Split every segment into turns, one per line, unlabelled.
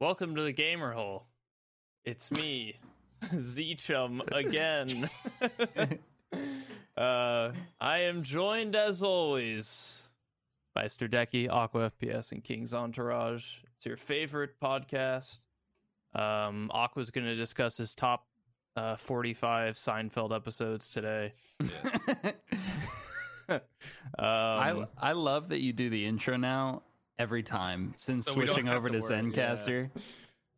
Welcome to the gamer hole. It's me, Zechum again. uh, I am joined as always by Sterdeki, Aqua FPS, and King's Entourage. It's your favorite podcast. Um, Aqua's going to discuss his top uh, 45 Seinfeld episodes today. um,
I I love that you do the intro now every time since
So we don't
switching
have
over to
to worry, yeah.
Zencaster.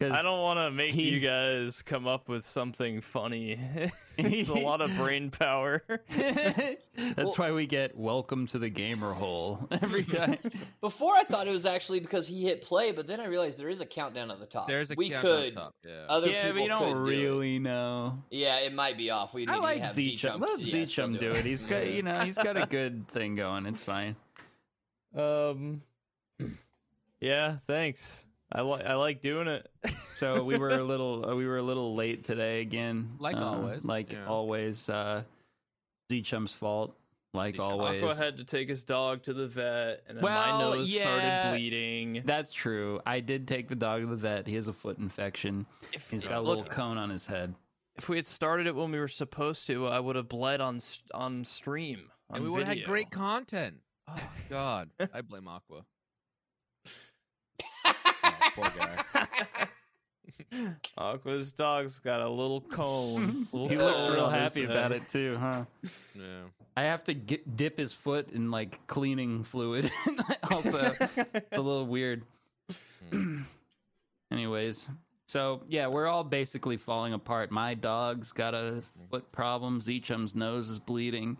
'Cause
I don't want to make
he-
you guys come up with something funny. it's a lot of brain power.
that's why we get welcome to the gamer hole every time.
Before I thought it was actually because he hit play, but then I realized there is a countdown at the top.
There's a
we
countdown
could
top, yeah.
other
yeah,
people
but you don't
could do it.
really know.
Yeah, it might be off. We need
I like
to have
Zeechum.
Zeechum-
Let
yeah, still
Zeechum do it. He's got you know he's got a good thing going. It's fine.
Um. Yeah. Thanks. I like I like doing it.
So we were a little uh, we were a little late today again.
Like
um,
always,
Like
yeah.
always. Uh, Zeechum's fault. Like
Zeechum.
always.
Aqua had to take his dog to the vet, and then my
Well,
nose
yeah.
started bleeding.
That's true. I did take the dog to the vet. He has a foot infection.
If,
He's got a
look,
little cone on his head.
if we had started it when we were supposed to, I would have bled on s- on stream.
and
on
we would have had
video.
great content. Oh God, I blame Aqua. Oh, poor guy.
Aqua's dog's got a little cone. little
He looks
cone
real
on his
happy about
head.
it too, huh?
Yeah.
I have to gi- dip his foot in like cleaning fluid. also, it's a little weird.
Hmm.
Anyways, so yeah, we're all basically falling apart. My dog's got a foot problem. Zeechum's nose is bleeding.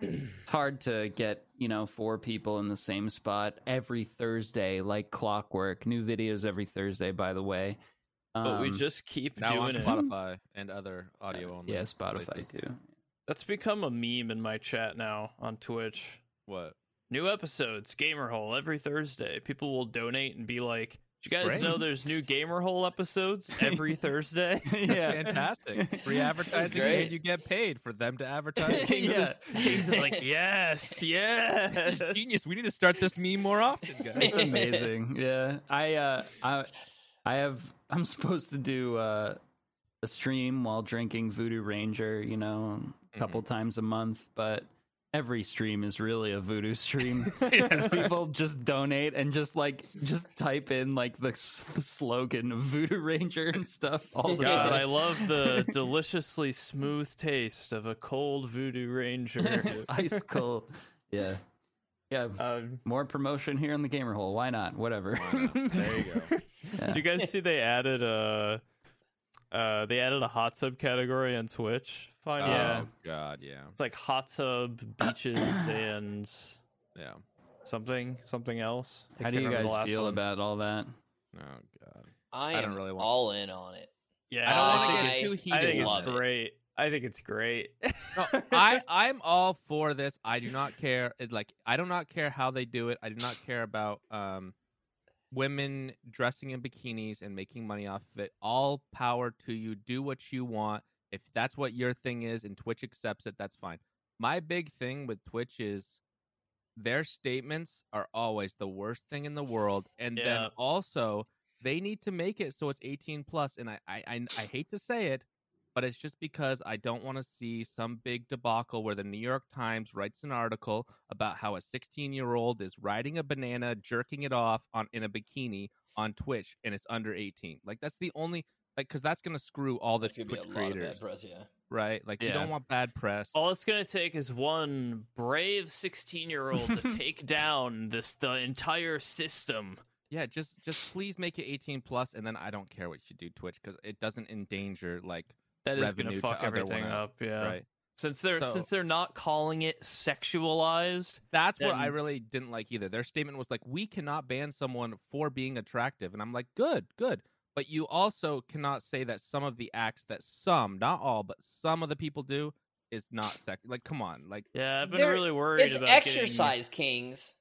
it's hard to get you know four people in the same spot every Thursday, like clockwork. New videos every Thursday, by the doing it.
But we
Um,
just keep
Now on
doing it.
Spotify and other audio only.
yeah, Spotify
places.
too.
That's become a meme in my chat now on Twitch.
What?
New episodes, Gamer Hole every Thursday. People will donate and be like, "Did you guys
Great.
know there's new Gamer Hole episodes every Thursday?"
yeah,
Fantastic. Free advertising,
great.
and you get paid for them to advertise.
Yeah.
He's just- he's just like, "Yes, yes."
This is genius. We need to start this meme more often, guys.
It's amazing. Yeah. I uh I I have I'm supposed to do uh a stream while drinking Voodoo Ranger, you know, a couple times a month, but every stream is really a voodoo stream because people just donate and just like just type in like the, s- the slogan of voodoo ranger and stuff all the
God, I
time
love the deliciously smooth taste of a cold Voodoo Ranger.
ice cold yeah yeah
Um,
more promotion here in the gamer hole why not whatever
there you go.
Did you guys see they added a uh, they added a hot sub category on Twitch? Finally,
Yeah.
Oh God, yeah,
it's like hot tub beaches and
yeah.
something something else. I
how
can't
do you
remember the
guys
last
feel
one.
about all that
Oh God. I
I am
don't really want-
all in on it.
Yeah,
I don't
think
want to
it's-
I-
get too heated.
I think
love
it's
it.
great. I think it's great.
No, I I'm all for this. I do not care. It, like I do not care how they do it. I do not care about um women dressing in bikinis and making money off of it. All power to you. Do what you want. If that's what your thing is and Twitch accepts it, that's fine. My big thing with Twitch is their statements are always the worst thing in the world and
Yeah.
then also they need to make it so it's 18 plus and I, I i i hate to say it but it's just because i don't want to see some big debacle where the new york times writes an article about how a 16 year old is riding a banana jerking it off on in a bikini on twitch and it's under 18 like that's the only like because that's gonna screw all the
That's gonna be a
twitch
lot of
creators
bad press. Yeah.
right like you
Yeah.
don't want bad press
All it's gonna take is one brave sixteen-year-old to take down this the entire system.
Yeah, just just please make it 18 plus, and then I don't care what you do, Twitch, because it doesn't endanger like
That is
Revenue
gonna
to
fuck
other
everything
one
up.
else,
Yeah.
right.
Since they're
So-
since they're not calling it sexualized,
That's what I
Then-
really didn't like either. Their statement was like, "We cannot ban someone for being attractive," and I'm like, "Good, good." But you also cannot say that some of the acts that some, not all, but some of the people do is not sex. Like, come on, like
yeah, I've been
They're-
really worried
It's
about Getting,
exercise kings.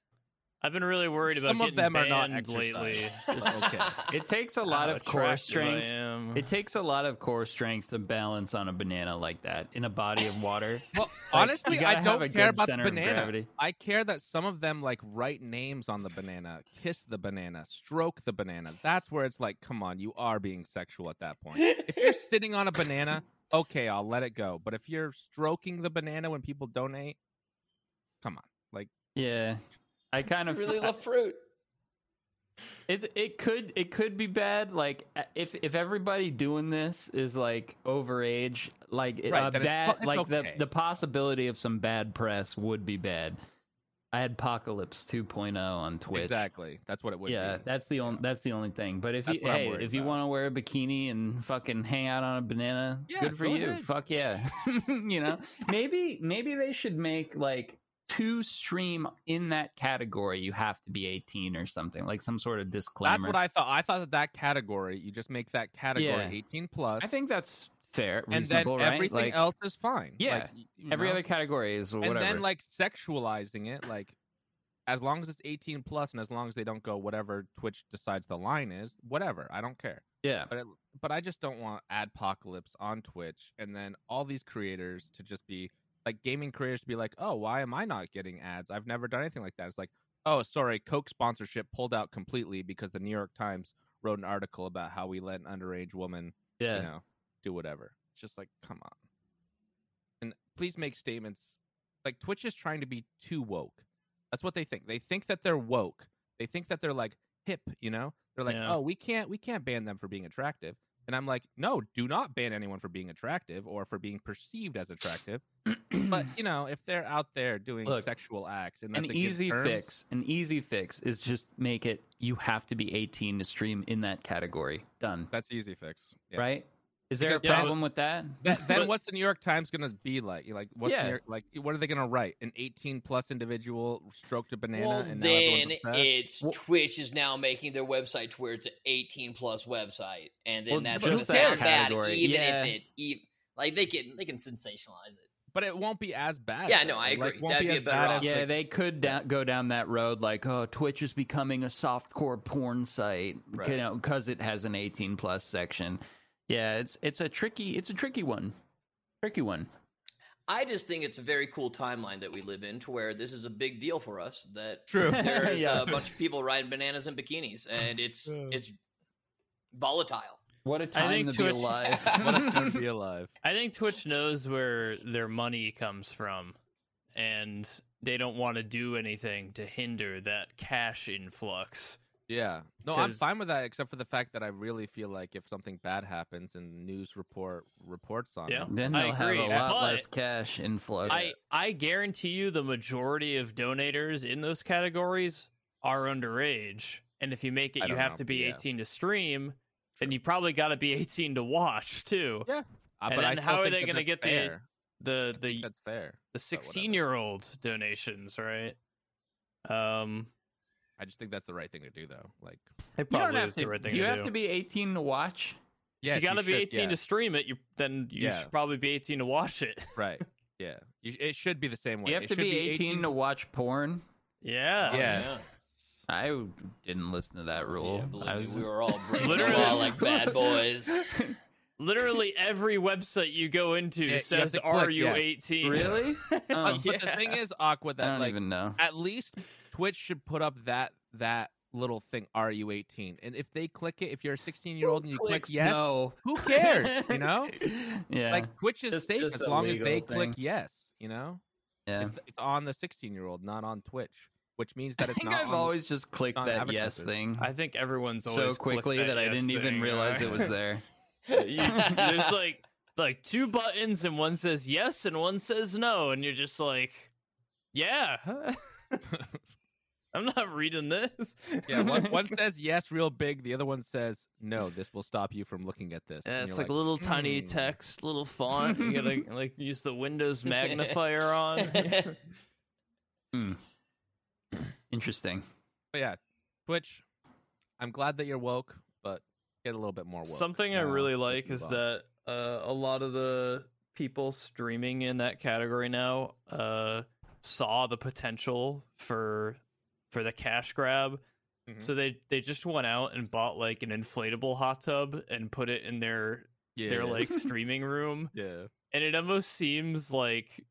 I've been really worried about
Some of
getting
them are not
banned lately.
exercise.
Just
okay.
It takes a
how
lot of core
attractive I
strength.
am.
It takes a lot of core strength to balance on a banana like that in a body of water.
Well,
Like,
honestly,
you gotta
I
have a
don't care
good
about the
center of
banana.
gravity.
I care that some of them like write names on the banana, kiss the banana, stroke the banana. That's where it's like, come on, you are being sexual at that point. If you're sitting on a banana, okay, I'll let it go. But if you're stroking the banana when people donate, come on.
Yeah, I kind
I
of
really love fruit.
It it could it could be bad. Like uh, if if everybody doing this is like overage, like it-
Right,
a
then it's
bad,
fu- it's
like
okay.
the the possibility of some bad press would be bad. I had Apocalypse 2.0 on Twitch.
Exactly. That's what it would
yeah,
be.
that's the only that's the only thing. But if
That's
you
what I'm
hey,
worried
if you
about.
want to wear a bikini and fucking hang out on a banana,
Yeah,
good for
go
you.
ahead.
Fuck yeah. you know, maybe maybe they should make like two stream in that category. You have to be 18 or something, like some sort of disclaimer.
That's what I thought. I thought that that category, you just make that category
Yeah.
18 plus,
I think that's fair,
and then
reasonable, right?
everything
like,
else is fine.
Yeah,
Like, y- you
every
know?
other category is whatever.
and then like sexualizing it like as long as it's 18 plus and as long as they don't go whatever twitch decides the line is whatever i don't care
yeah,
but it, but i just don't want adpocalypse on twitch and then all these creators to just be like gaming creators to be like oh why am i not getting ads i've never done anything like that it's like oh sorry coke sponsorship pulled out completely because the new york times wrote an article about how we let an underage woman
yeah,
you know, do whatever. It's just like, come on. And please make statements. Like Twitch is trying to be too woke. That's what they think. They think that they're woke. They think that they're like hip, you know? They're like,
Yeah.
"Oh, we can't we can't ban them for being attractive." And I'm like, "No, do not ban anyone for being attractive or for being perceived as attractive." but, you know, if they're out there doing
Look,
sexual acts and that's
an
against
easy
terms-
fix. An easy fix is just make it you have to be 18 to stream in that category. Done.
that's easy fix. Yeah.
Right? Is there
Because
a
that-
problem with that?
That, then
But-
what's the New York Times gonna be like? You like what's
Yeah.
the New York, like what are they gonna write? An 18 plus individual stroked a banana
well,
and now
then
everyone's upset?
it's
Well-
Twitch is now making their website to where it's an 18 plus website, and then
Well,
that's
but
going to
it's that
sound bad,
category,
even
yeah.
if it e- like they can they can sensationalize it.
but it won't be as bad.
Yeah,
though.
no, I
It, like,
agree.
won't
That'd be
as
a better
bad
option.
as,
yeah,
like-
they could da- go down that road like, oh, Twitch is becoming a softcore porn site,
Right.
you know, because it has an 18 plus section. Yeah, it's it's a tricky it's a tricky one, tricky one.
I just think it's a very cool timeline that we live in, to where this is a big deal for us. That
True.
there's
Yeah.
a bunch of people riding bananas and bikinis, and it's it's volatile.
What a time
think
to be
Twitch-
alive.
what a time to be alive.
I think Twitch knows where their money comes from, and they don't want to do anything to hinder that cash influx.
Yeah. No, I'm
'Cause-
fine with that, except for the fact that I really feel like if something bad happens and news report reports on
Yeah.
it,
Then
I
they'll have
agree,
a lot
but-
less cash influx.
I I guarantee you, the majority of donators in those categories are underage, and if you make
I
it, you
don't
have
know,
to be
yeah.
18 to stream, and you probably got to be 18 to watch too.
Yeah. uh,
And
but I
then
still
how are
think
they
that
gonna
that's
get the-
fair.
The
I think
the
that's fair.
the 16 year old donations, right? Um,
I just think that's the right thing to do, though. Like,
it
You don't
probably
have
is the
to-
right thing
do you
to
have
do.
to be 18 to watch?
yes,
if you got to be
should,
18
yeah.
to stream it, you then you
Yeah.
should probably be 18 to watch it.
Right. Yeah. You, it should be the same way.
you have
It
to
should
be 18, to watch porn.
Uh, Yeah.
Yeah.
I didn't listen to that rule.
Yeah, believe
I
me,
was
we were all breaking the
Literally-
law like bad boys.
Literally every website you go into
Yeah, you have
says,
to click,
Are you
yeah.
18?
really.
Uh,
Oh,
But the thing is, Aqua,
I
that
don't
like
even know.
at least Twitch should put up that that little thing. Are you 18? And if they click it, if you're a 16 year old and you click
Clicks
yes,
No.
who cares? You know,
Yeah.
like Twitch is
Just-
safe
just
as
a
long as
legal
they
thing.
click yes. You know,
yeah.
it's, it's on the 16 year old, not on Twitch, which means
I
that it's
think
not.
I've
on-
always just clicked
on
that yes
advertisers.
thing
I think everyone's
so
always clicked
quickly that, I
yes
didn't even
thing,
realize
right?
it was there.
You- There's like like two buttons and one says yes and one says no and you're just like yeah. I'm not reading this.
Yeah, one, one says yes, real big. The other one says no. This will stop you from looking at this.
Yeah,
And
it's
you're
like, a little tiny
"Hmm."
text, little font. You gotta like use the Windows magnifier on.
Hmm. Interesting.
But yeah, Twitch. I'm glad that you're woke, but get a little bit more woke.
Something I
Uh,
really
let's
like is
move on.
that uh, a lot of the people streaming in that category now uh, saw the potential for for the cash grab.
Mhm.
So they they just went out and bought like an inflatable hot tub and put it in their
yeah.
their like streaming room
yeah.
and it almost seems like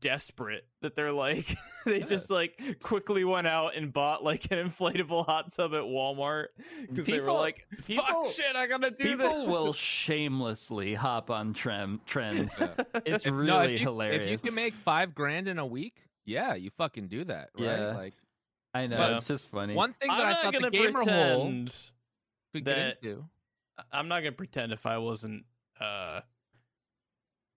desperate that they're like they
Yeah.
just like quickly went out and bought like an inflatable hot tub at Walmart because they were
People-
like fuck shit I gotta do this
people will shamelessly hop on trem- trends.
Yeah.
It's
If-
really
no, if you-
hilarious.
If you can make five grand in a week, yeah, you fucking do that, right?
Yeah.
Like
I know
But-
it's just funny.
one thing
I'm
that I
not
thought
gonna
the gamer hole
pretend
could
that-
get into.
I'm not gonna pretend if I wasn't uh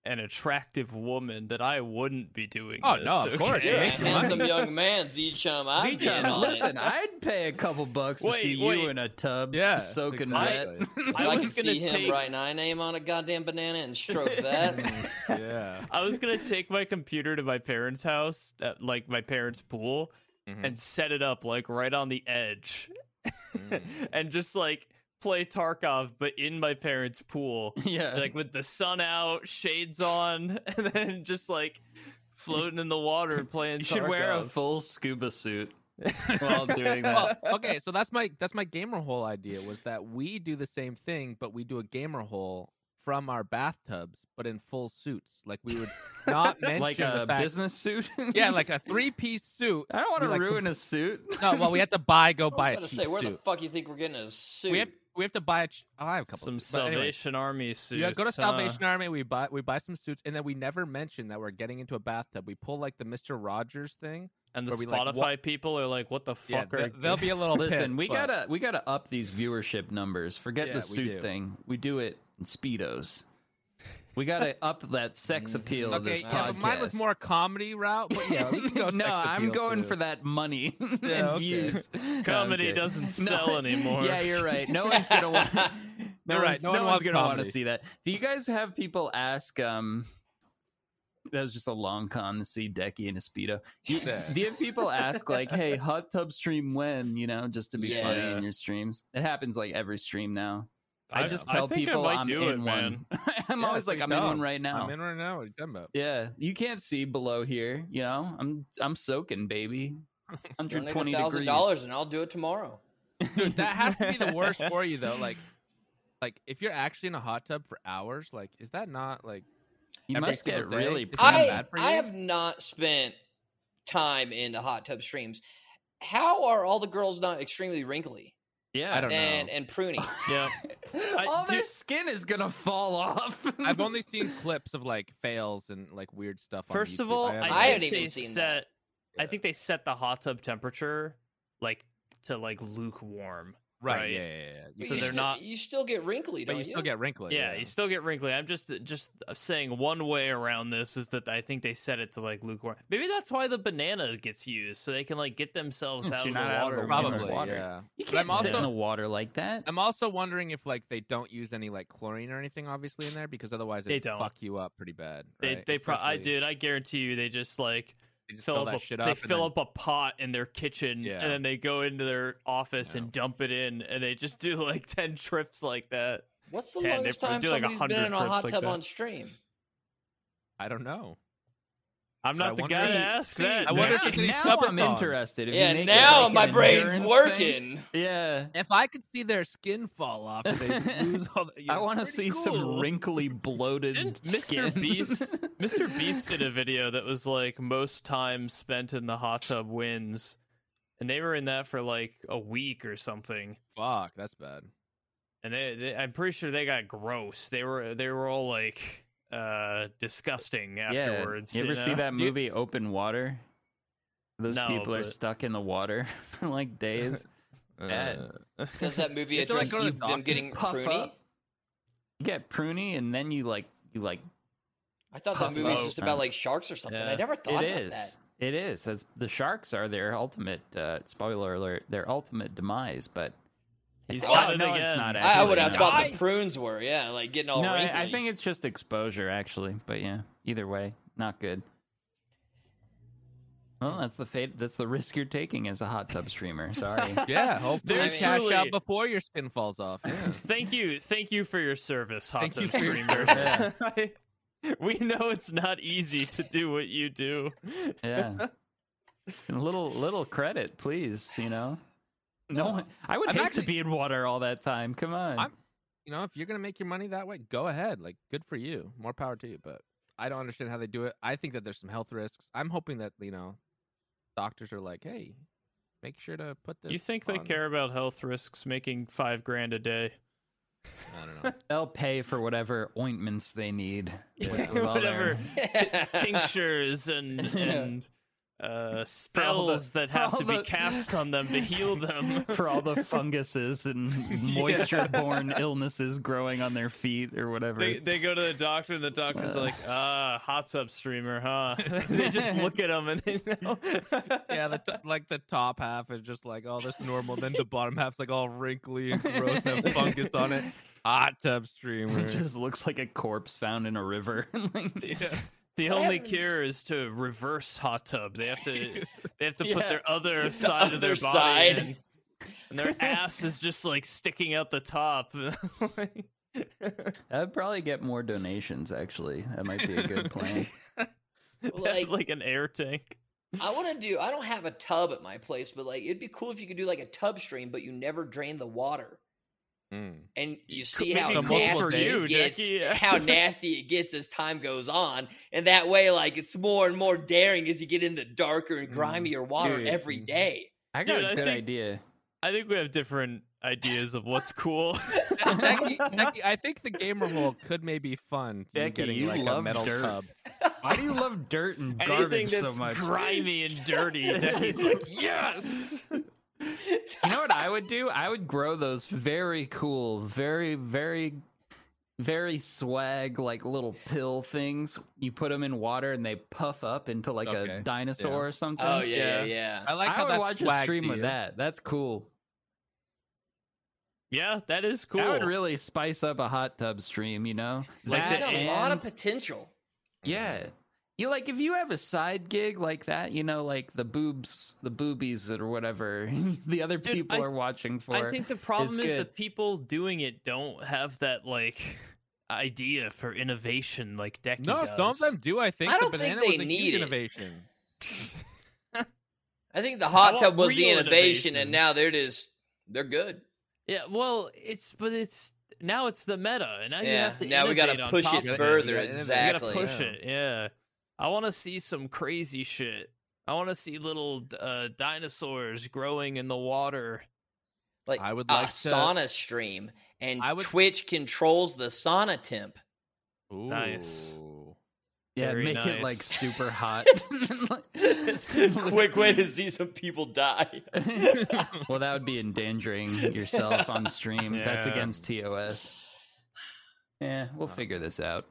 an attractive woman that I wouldn't be doing
Oh,
this,
no, of
okay?
course,
You're a
Yeah.
handsome young man, Z-Chum. I'd be in on it.
listen, I'd pay a couple bucks
Wait,
to see
wait.
you in a tub,
Yeah,
soaking
exactly.
wet.
I
I,
was
can
gonna
see him
take-
write an I name on a goddamn banana and stroke that.
yeah.
I was gonna take my computer to my parents' house, at, like my parents' pool,
Mhm.
and set it up like right on the edge
Mm.
and just like play Tarkov, but in my parents' pool,
Uh.
yeah,
like with the sun out, shades on, and then just like floating in the water playing.
you should wear a
Tarkov.
full scuba suit while doing
well,
that.
okay, so that's my that's my gamer hole idea was that we do the same thing, but we do a gamer hole from our bathtubs, but in full suits. Like we would not mention
like
the
a
fact,
business suit.
yeah, like a three piece suit.
I don't want
we,
to
like,
ruin a suit.
No, well, we have to buy go
I
buy a
was gonna
cheap
say, where the
suit.
fuck you think we're getting a suit?
we have we have to buy a. Ch- oh, I have a couple.
some
suits, but anyway.
Salvation Army suits. uh,
Yeah, go to
huh?
Salvation Army. We buy we buy some suits, and then we never mention that we're getting into a bathtub. We pull like the Mister Rogers thing.
and the
Or we, like,
Spotify
wa-
people are like, "What the
Yeah,
fuck?"
they,
are
they'll be a little.
Listen,
pissed,
we
but-
gotta we gotta up these viewership numbers. Forget
Yeah,
the
we
suit
do.
thing. We do it in speedos. We gotta up that sex appeal of
Mm-hmm. Okay,
this
yeah,
podcast.
but mine was more a comedy route, but yeah, we can go.
no,
sex
I'm
appeal,
going
too.
for that money and
Yeah, okay.
views. No, I'm
Comedy
kidding.
doesn't sell anymore.
Yeah, you're right. No one's gonna want. No
You're right,
one's-
no
No,
one
one's
wants
gonna want to
comedy.
see that. Do you guys have people ask? Um, that was just a long con to see Decky in a speedo. You-
Yeah.
Do you have people ask like, "Hey, hot tub stream when?" You know, just to be funny
Yes.
in your streams. It happens like every stream now.
I-
I, just
I
tell
think I
people
might
am
do
in
it,
one. I'm
Yeah,
always
so
like,
you
I'm in
tell
one
'em.
right now.
I'm in right now. What are you talking about?
Yeah, you can't see below here. You know, I'm I'm soaking, baby.
Donate
120
thousand
degrees.
dollars, and I'll do it tomorrow.
Dude, that has to be the worst for you though. Like, like if you're actually in a hot tub for hours, like, is that not like?
You
every
must get
single day.
really
It's not
pretty.
I
bad for
I
you?
have not spent time in the hot tub streams. How are all the girls not extremely wrinkly
Yeah,
I don't know.
and and pruny?
Yeah. I-
All
do-
their skin is gonna fall off.
I've only seen clips of like fails and like weird stuff.
First
on YouTube.
of all,
I, haven't-
I
think
haven't even
they
seen
set,
that.
I think they set the hot tub temperature like to like lukewarm.
right,
right.
Yeah, yeah, yeah. You
But
So
you
they're
still-
not-
You still get wrinkly,
but
don't
you still get wrinkly.
yeah, you still get wrinkly. I'm just just saying one way around this is that I think they set it to like lukewarm. Maybe that's why the banana gets used so they can like get themselves
So
out of
you're
the
not out of
water.
the
probably.
water.
Yeah.
You
But I'm
can't sit
also-
in the water like that.
I'm also wondering if like they don't use any like chlorine or anything obviously in there because otherwise
They
it'd
don't.
fuck you up pretty bad.
They
right?
they pro- I
Especially-
dude, I guarantee you they just like
They just
fill
fill
up,
that
a,
shit
they
up. and
fill
then-
up a pot in their kitchen
Yeah.
and then they go into their office
Yeah.
and dump it in and they just do like 10 trips like that.
What's the
Ten, they
longest
probably
time
do, like,
somebody's
100
been in a
trips
hot
like
tub
that.
on stream?
I don't know.
I'm
So I
not the
wonder-
guy
See,
to ask
see,
that.
I
dude.
wonder if
now,
there's any
now I'm
subathons.
interested. If you
Yeah,
make it
now
like an
my brain's
endurance thing.
working.
Yeah,
If I could see their skin fall off, and they lose all. The,
I want to
Pretty cool.
see some wrinkly, bloated
Didn't
skin.
Mr. Beast Mr. Beast did a video that was like most time spent in the hot tub wins. And they were in that for like a week or something.
Fuck, that's bad.
And they, they I'm pretty sure they got gross. They were they were all like uh disgusting afterwards.
Yeah. You ever see
know?
that movie Open Water? Those
No,
people are
but-
stuck in the water for like days. Bad.
Does that movie
You have to, like,
address
go to
you,
the
them
doctor,
getting
puff
pruny?
up. You get pruny, and then you like you like
I thought that
Puff
movie was
up.
just about like sharks or something. Oh, I never thought
it
about
is.
that.
It is. That's the sharks are their ultimate. Uh, spoiler alert: their ultimate demise. But
He's
Oh,
got it
no,
again.
it's not.
I, I would
actually
have
not.
thought the prunes were, yeah, like getting
Oh,
all
No,
wrinkly.
I, I think it's just exposure, actually. But yeah, either way, not good. Well, that's the fate. That's the risk you're taking as a hot tub streamer. Sorry.
Yeah, hopefully
They're
you cash
truly-
out before your skin falls off. Yeah.
Thank you, thank you for your service, hot
Thank
tub
you for your
streamers.
service.
we know it's not easy to do what you do.
yeah. And a little little credit, please. You know, no one. I would
I'm
hate
actually-
to be in water all that time. Come on.
I'm- you know, if you're gonna make your money that way, go ahead. Like, good for you. More power to you. But I don't understand how they do it. I think that there's some health risks. I'm hoping that you know, doctors are like, hey, make sure to put this.
You think they
on."
care about health risks making five grand a day?
I don't know.
They'll pay for whatever ointments they need. with- with all their-
Whatever tinctures and and uh, spells that have
all
to be
the-
cast on them to heal them.
for all the funguses and moisture-borne illnesses growing on their feet or whatever.
They, they go to the doctor and the
Uh.
doctor's like, ah, hot tub streamer, huh? they just look at him and they know.
yeah, the to- like the top half is just like all this normal. then the bottom half's like all wrinkly and gross and have fungus on it. Hot tub streamer.
It just looks like a corpse found in a river. Like,
yeah.
The only cure is to reverse hot tub. They have to they have to put
Yeah.
their other side of their
Other
body
side.
in, and their ass is just like sticking out the top.
I'd probably get more donations. Actually, that might be a good plan.
That's
Like-
like an air tank.
I want to do. I don't have a tub at my place, but like it'd be cool if you could do like a tub stream, but you never drain the water,
Mm.
and you see
maybe
how
a multiple
nasty
days.
You,
it gets,
Dickie, yeah.
how nasty it gets as time goes on, and that way, like it's more and more daring as you get into darker and grimier water
Dude.
every day.
I got
Dude,
a
I
good
think-
idea.
I think we have different ideas of what's cool.
Becky, Becky, I think the gamer hole could maybe fun. you
Becky,
getting
you
like a
love
metal
dirt.
tub.
Why do you love dirt and
Anything
garbage so
that's
much?
grimy and dirty, Decky's like, yes.
you know what I would do? I would grow those very cool, very, very, very swag like little pill things. You put them in water and they puff up into like
Okay.
a dinosaur
Yeah.
or something.
Oh yeah, yeah.
Yeah.
yeah.
I like
I
how
would
that's
watch a
swag
stream
to
of
you.
that. That's cool.
Yeah, that is cool.
That would really spice up a hot tub stream, you know?
Like
That
That's
the
a
and-
lot of potential.
Yeah. You like if you have a side gig like that, you know, like the boobs, the boobies or whatever the other
Dude,
people
I-
are watching for.
I think the problem is, the
good.
people doing it don't have that like idea for innovation like Decky
No,
does.
some of them do. I think
I don't
the
think
banana
they
was a
need
huge
it.
innovation.
I think the hot
want
tub was the
real
innovation,
innovation.
and now they're just they're good.
Yeah, well, it's but it's now it's the meta, and now you
Yeah,
have to.
now we gotta
innovate on
push
top
it
of
further,
You gotta innovate.
exactly.
You gotta push
Yeah.
it. Yeah, I want to see some crazy shit. I want to see little uh, dinosaurs growing in the water.
Like
I would
a
like to-
sauna stream, and
I would-
Twitch controls the sauna temp.
Nice.
Ooh.
yeah,
very
make it like
nice.
super hot.
Quick way to see some people die.
well, that would be endangering yourself on stream. That's
Yeah.
against TOS. Yeah, we'll figure this out.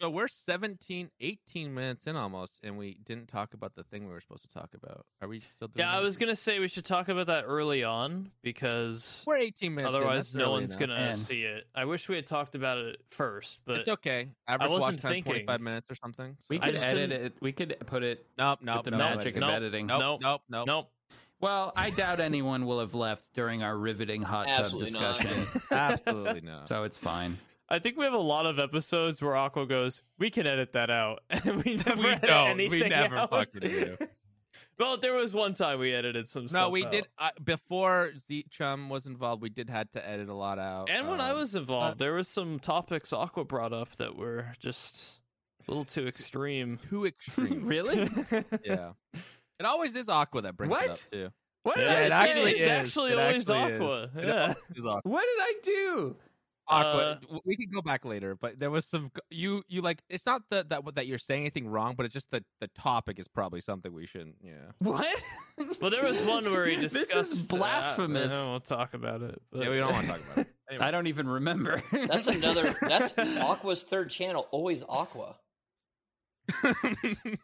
So we're 17, 18 minutes in almost, and we didn't talk about the thing we were supposed to talk about. Are we still doing
Yeah, I
that?
was gonna say we should talk about that early on because
We're 18 minutes in,
otherwise
that's
no
early
one's
enough.
gonna
Man.
see it. I wish we had talked about it first, but
It's okay. Average
wasn't
watch time
thinking.
25 minutes or something. So.
We
I
could
just
edit
couldn't-
it. We could put it
nope, nope,
with the
nope,
magic of
Nope.
editing.
Nope,
Nope.
nope, nope.
nope.
Well, I doubt anyone will have left during our riveting hot
Absolutely
tub
not.
discussion,
Absolutely not.
so it's fine.
I think we have a lot of episodes where Aqua goes, "We can edit that out," and we never
we
edit
don't. We
anything
never
out.
fucking do.
well, there was one time we edited some stuff.
No, we
out.
did uh, before Z Chum was involved. We did had to edit a lot out.
And when I
um,
was involved, there was some topics Aqua brought up that were just a little too extreme.
too extreme,
Really?
yeah, it always is Aqua that brings it up
What?
too.
What did
Yeah,
I
it
say?
actually
it's
is.
actually
It
always
actually is.
Aqua.
It
Yeah.
Is Aqua.
What did I do?
Aqua. we could go back later, but there was some you you like. It's not that that that you're saying anything wrong, but it's just that the topic is probably something we shouldn't. Yeah.
What?
Well, there was one where he
This is
discussed
blasphemous.
Uh, I don't want to talk about it. but-
Yeah, we don't want to talk about it.
I don't even remember.
That's another. That's Aqua's third channel. Always Aqua.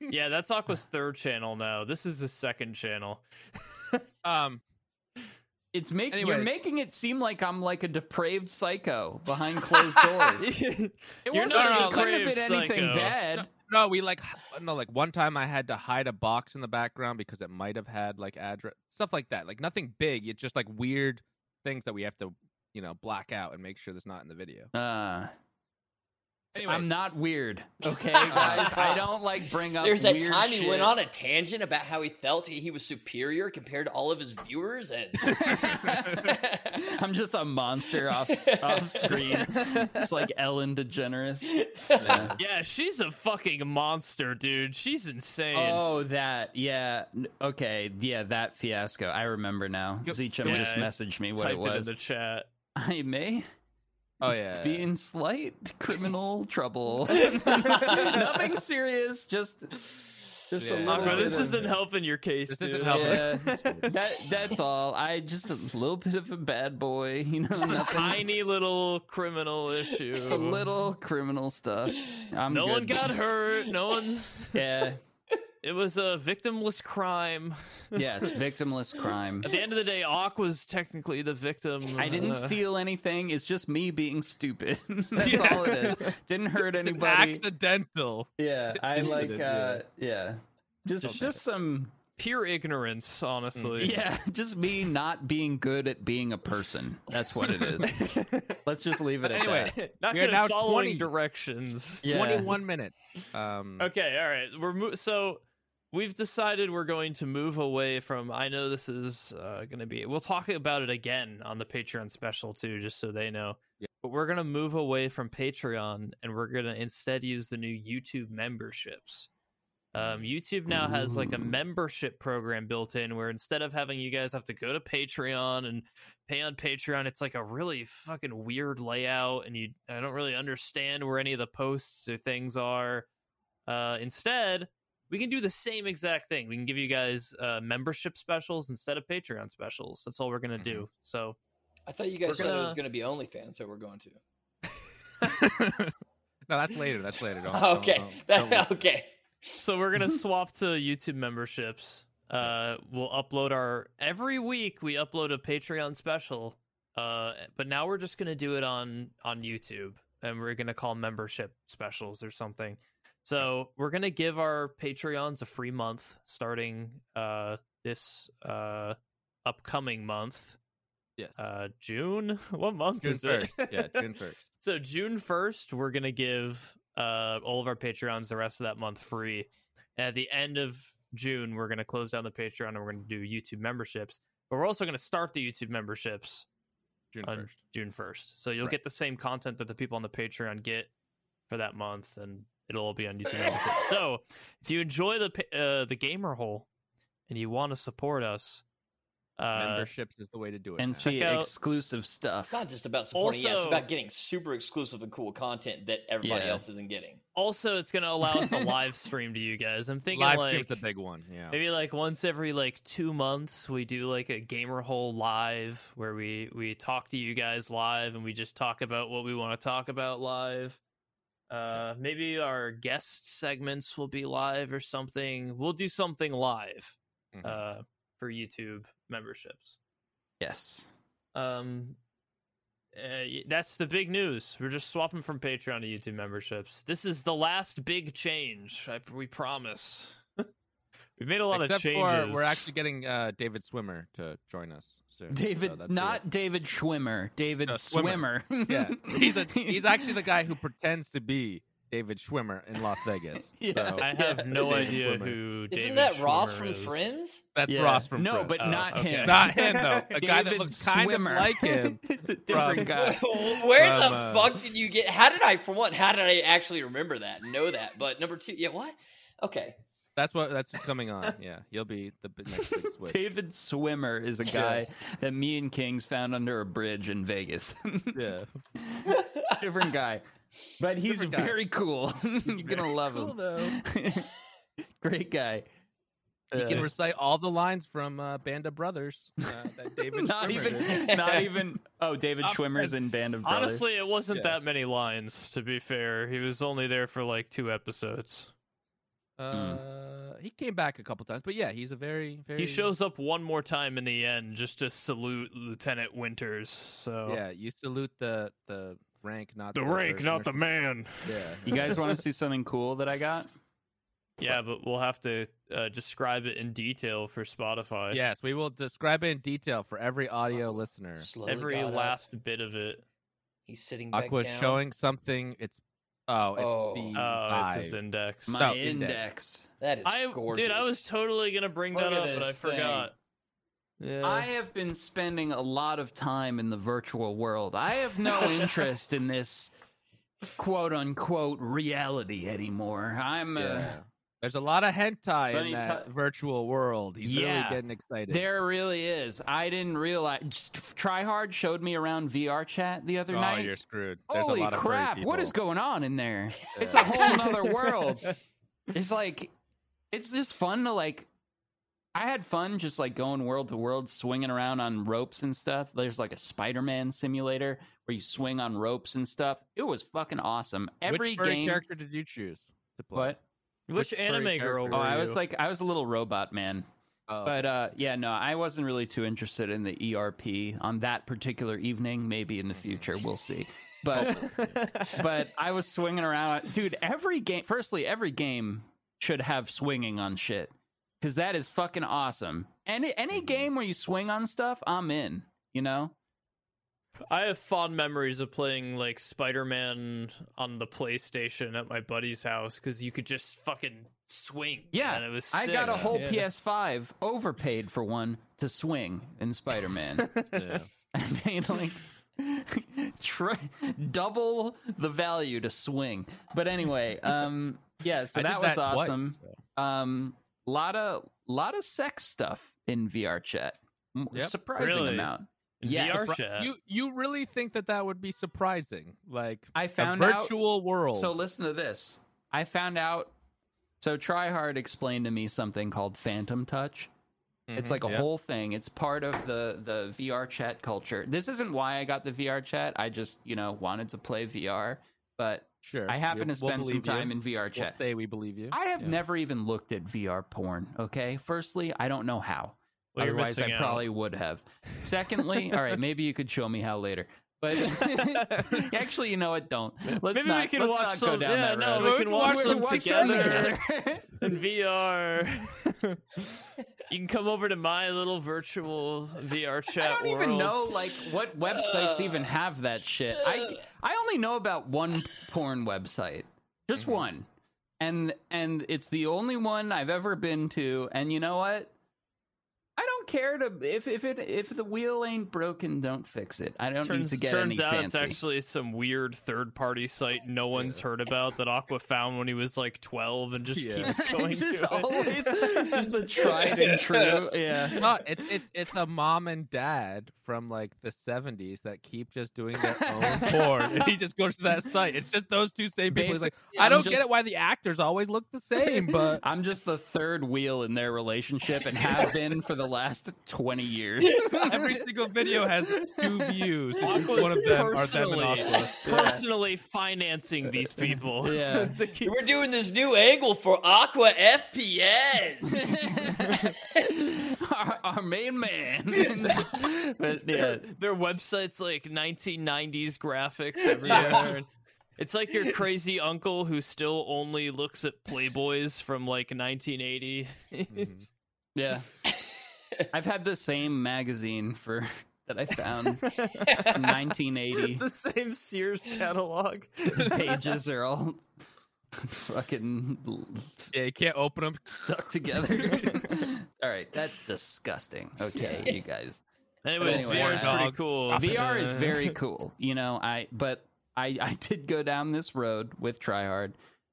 yeah, that's Aqua's third channel now. This is his second channel.
um,
It's making you're
Anyways.
making it seem like I'm like a depraved psycho behind closed doors. It
You're
wasn't.
not a
it couldn't have
depraved
been anything
psycho.
bad.
no, we like h- uh, no, like one time I had to hide a box in the background because it might have had like address stuff like that. Like nothing big. It's just like weird things that we have to you know black out and make sure that's not in the video.
Uh,
Anyways.
I'm not weird, okay, guys. I don't like bring up.
There's that
weird
time he
shit.
went on a tangent about how he felt he was superior compared to all of his viewers, and
I'm just a monster off off screen, just like Ellen DeGeneres. Yeah.
Yeah, she's a fucking monster, dude. She's insane.
Oh, that yeah. N- Okay, yeah, that fiasco. I remember now.
Yep.
Zichum
Yeah,
just
I
messaged me what
Typed
it was.
in the chat.
I may
Oh yeah.
be in slight criminal trouble. Nothing serious, just just
Yeah.
a little.
Aqua,
bit
this
of-
isn't helping your case.
This
dude.
isn't helping.
Yeah, that that's all. I just a little bit of a bad boy, you know. Nothing,
Tiny little criminal issue.
just a little criminal stuff. I'm
no one
good.
got hurt. No one.
Yeah.
It was a victimless crime.
Yes. Victimless crime.
At the end of the day, Aqua's was technically the victim.
I didn't
Uh,
steal anything. It's just me being stupid. That's
Yeah.
all it is. Didn't hurt
It's an
anybody.
accidental.
Yeah, I like.
Incident,
uh Yeah, just
Something.
just some.
pure ignorance, honestly.
Mm, Yeah, just me not being good at being a person. That's what it is. Let's just leave it at
Anyway.
that.
Not
We are
good
now
at following
20.
directions.
Yeah.
21 minutes. Um,
Okay, all right. We're mo- so we've decided we're going to move away from. I know this is uh, going to be. We'll talk about it again on the Patreon special too, just so they know.
Yeah.
But we're going to move away from Patreon, and we're going to instead use the new YouTube memberships. Um, YouTube now has like a membership program built in where instead of having you guys have to go to Patreon and pay on Patreon, it's like a really fucking weird layout, and you I don't really understand where any of the posts or things are. Uh, instead, we can do the same exact thing. We can give you guys uh, membership specials instead of Patreon specials. That's all we're gonna do. So
I thought you
We're
guys said it was
gonna-
going to be OnlyFans, so we're going to.
no, that's later. That's later. Don't, don't-
okay,
um, don't-
That-
don't-
okay.
so we're gonna swap to YouTube memberships. Uh, we'll upload our every week. We upload a Patreon special, uh, but now we're just gonna do it on on YouTube, and we're gonna call membership specials or something. So we're gonna give our Patreons a free month starting uh, this uh, upcoming month.
yes.
uh june what month
June
is
1st.
it
yeah, June 1st.
so june 1st we're gonna give uh all of our patreons the rest of that month free and at the end of june we're gonna close down the patreon and we're gonna do youtube memberships but we're also gonna start the youtube memberships
June
on
1st.
june 1st so you'll
Right.
get the same content that the people on the patreon get for that month and it'll all be on youtube memberships. so if you enjoy the pa- uh the gamer hole and you want to support us uh
Memberships is the way to do it.
And
now.
see
out-
exclusive stuff.
It's not just about supporting yeah, it's
Also-
about getting super exclusive and cool content that everybody
Yeah.
else isn't getting.
also it's gonna allow us to live stream to you guys i'm thinking
live
like
stream's the big one. Yeah.
maybe like once every like two months we do like a gamer hole live where we we talk to you guys live and we just talk about what we want to talk about live uh maybe our guest segments will be live or something we'll do something live
Mhm.
uh for youtube memberships
Yes.
um, uh, y- that's the big news. We're just swapping from Patreon to YouTube memberships. This is the last big change. I, we promise. We've made a lot
Except
of
for
changes.
we're actually getting uh, David Swimmer to join us soon. so
David,
that's
not David Schwimmer. David
No,
Swimmer.
Swimmer. good. Yeah, he's a he's actually the guy who pretends to be David Schwimmer in Las Vegas.
Yeah.
So
I have no
David
idea
Schwimmer.
who.
Isn't
David
that Ross
Schwimmer
from
is.
Friends?
that's
Yeah.
Ross from
no,
Friends.
but
Oh,
not
okay.
him.
Not him, though. A guy that
David
looks kind of
Swimmer.
like him
It's a different
from-
guy.
Where the
From, uh,
fuck did you get? How did I? For one, how did I actually remember that? and Know that? But number two, yeah, what? Okay,
That's what that's what's coming on. Yeah, he'll be the big- next big switch.
David Swimmer is a guy that me and Kings found under a bridge in Vegas.
Yeah,
different guy, but he's
Different guy.
very cool. You're gonna love him. Great guy.
he can
Uh,
recite all the lines from uh, Band of Brothers. Uh, that David
not
Schwimmer did.
even,
did.
not even. Oh, David
Uh,
Schwimmer's in Band of Brothers.
Honestly, it wasn't
Yeah.
that many lines. To be fair, he was only there for like two episodes.
Hmm.
Uh, He came back a couple times, but yeah, he's a very very.
He shows up one more time in the end just to salute Lieutenant Winters. So
Yeah, you salute the the rank, not
the rank,
person or
not the
something.
man.
Yeah,
You guys want to see something cool that I got?
Yeah, but we'll have to uh, describe it in detail for Spotify.
Yes, we will describe it in detail for every audio listener.
Slowly
every
got up.
last bit of it.
He's sitting back
Aqua
down.
showing something. It's oh, it's
Oh.
the
Oh, it's
five.
his index.
My
So, index.
index.
That is
I
gorgeous.
dude, I was totally gonna bring
Look
that
at
up, but I
this
forgot. Yeah.
I have been spending a lot of time in the virtual world. I have no interest in this quote unquote reality anymore. I'm uh,
Yeah. There's a lot of hentai in
Funny
that
ti-
virtual world. He's
Yeah.
really getting excited.
There really is. I didn't realize. Just Try Hard showed me around VR chat the other
oh,
night.
you're screwed. There's
Holy
a lot of furry
crap! What is
people.
going on in there? It's a whole nother world. It's like, it's just fun to like. I had fun just like going world to world, swinging around on ropes and stuff. There's like a Spider-Man simulator where you swing on ropes and stuff. It was fucking awesome. Every
Which furry
game.
character did you choose to play?
What?
Which,
Which furry
anime girl?
character
Oh,
were
I
you?
was like, I was a little robot man.
Oh,
But uh, yeah, no, I wasn't really too interested in the ERP on that particular evening. Maybe in the future, we'll see. But but I was swinging around, dude. Every game, firstly, every game should have swinging on shit because that is fucking awesome. Any any game where you swing on stuff, I'm in. You know,
I have fond memories of playing like Spider Man on the PlayStation at my buddy's house because you could just fucking swing.
Yeah,
and it was.
I got a
sick.
whole
Yeah.
PS5 overpaid for one to swing in Spider Man.
yeah.
I paid like tri- double the value to swing. But anyway, um, yeah, so
I did
that was
that twice,
awesome.
so.
Um, lot of lot of sex stuff in VR chat. M-
Yep.
Surprising
Really?
amount.
In
Oh,
Yes.
VR chat.
You you really think that that would be surprising? Like
I
a
found out-
virtual world.
So listen to this. I found out. So Tryhard explained to me something called Phantom Touch. It's like a
yeah.
whole thing. It's part of the the VR chat culture. This isn't why I got the VR chat. I just you know wanted to play VR, but
sure.
I happen
We'll-
to spend
we'll
some
believe you.
time in VR
We'll
chat.
say we believe you.
I have
Yeah.
never even looked at VR porn. Okay, firstly, I don't know how.
Well, you're
Otherwise, I
missing out.
probably would have. Secondly, all right, maybe you could show me how later. But actually, you know what? Don't. Let's
Maybe
not,
we can
let's
watch
not go
some-
down
yeah,
that
no,
road.
we can watch
we'll
them
something
together.
together.
in VR. you can come over to my little virtual VR chat.
I don't even
world.
know like what websites even have that shit. I I only know about one porn website, just
Mm-hmm.
one, and and it's the only one I've ever been to. And you know what? I don't care to if if it if the wheel ain't broken, don't fix it. I don't need
Turns,
to get
turns
any
out
fancy.
it's actually some weird third party site no one's heard about that Aqua found when he was like 12 and just
Yeah.
keeps going
It's just
to it.
always just the tried and true. Yeah.
No, it's it's it's a mom and dad from like the seventies that keep just doing their own porn, and he just goes to that site. It's just those two same people. He's like,
Basically,
I
I'm
don't
just-
get it why the actors always look the same, but
I'm just the third wheel in their relationship and have been for the last 20 years.
every single video has two views. and each
Aqua's
One of them are them and
personally-
Aqua.
personally financing these people.
Yeah.
To keep-
We're doing this new angle for Aqua FPS.
our, our main man. but yeah,
their, their website's like 1990s graphics everywhere. and It's like your crazy uncle who still only looks at Playboys from like 1980.
yeah. I've had the same magazine for that I found in 1980.
the same Sears catalog.
Pages are all fucking
Yeah, you can't open them.
stuck together. all right, that's disgusting. Okay, you guys.
Anyways,
Anyway,
VR is
uh,
pretty cool.
VR is very cool, you know. I but I I did go down this road with Tryhard,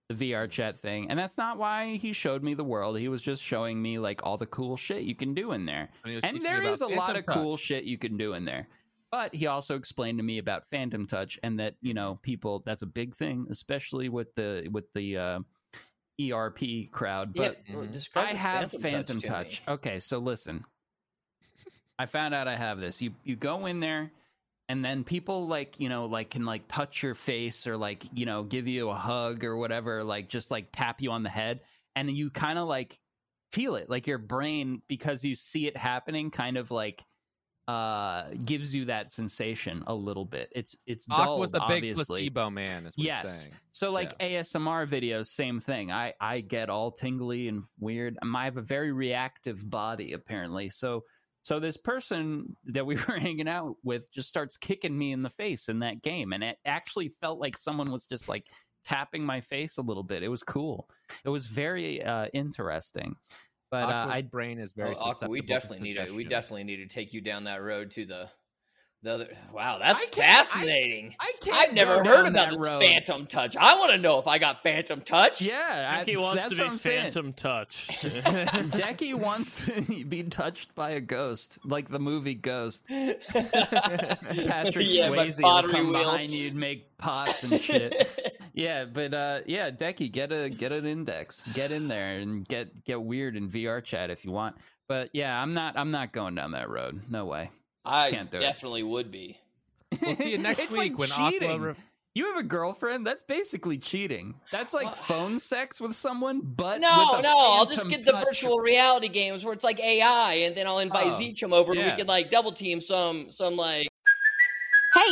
the VR chat thing, and that's not why he showed me the world. He was just showing me like all the cool shit you can do in there,
And he was
and
teaching
there
me
is a
about
lot
Phantom
of cool shit you can do in there. But he also explained to me about Phantom Touch and that you know people that's a big thing, especially with the with the uh, ERP crowd. But
yeah, describe
I
the
have
Phantom,
Phantom
Touch. to me.
Touch. Okay, so listen. I found out I have this. You you go in there and then people like, you know, like can like touch your face or like, you know, give you a hug or whatever, like just like tap you on the head. and you kind of like feel it like your brain because you see it happening kind of like uh gives you that sensation a little bit it's it's dull
was the big
obviously
placebo man. Is what you're
Yes.
saying.
so like asmr videos same thing i i get all tingly and weird Um, i have a very reactive body apparently so so this person that we were hanging out with just starts kicking me in the face in that game and it actually felt like someone was just like tapping my face a little bit it was cool it was very uh interesting but uh,
Aqua's
i
brain is very.
Oh, Aqua,
susceptible
we
to
definitely need to we
suggestion.
definitely need to take you down that road to the the other. Wow, that's
I can't- I-
fascinating.
I
I've never
go
heard
down
about
that
this
road.
phantom touch. I want to know if I got phantom touch.
yeah I,
he wants
that's
to
what
be
I'm saying.
Phantom Touch.
Decky wants to be touched by a ghost, like the movie Ghost. Patrick
Yeah, but
Swayze will
pottery
come
wheel.
behind you and make pots and shit. yeah, but uh, yeah, Decky, get a get an index, get in there and get get weird in VR chat if you want. But yeah, I'm not I'm not going down that road. No way.
I
Can't do it.
definitely would be.
We'll see you next
It's
week
like
when Aqua.
cheating.
Re-
You have a girlfriend? That's basically cheating. That's like phone sex with someone, but
No,
with a
no, I'll just
phantom
get the
touch.
virtual reality games where it's like AI, and then I'll invite
Oh,
Zeechum over, and
yeah.
we can like double team some some like
Hey,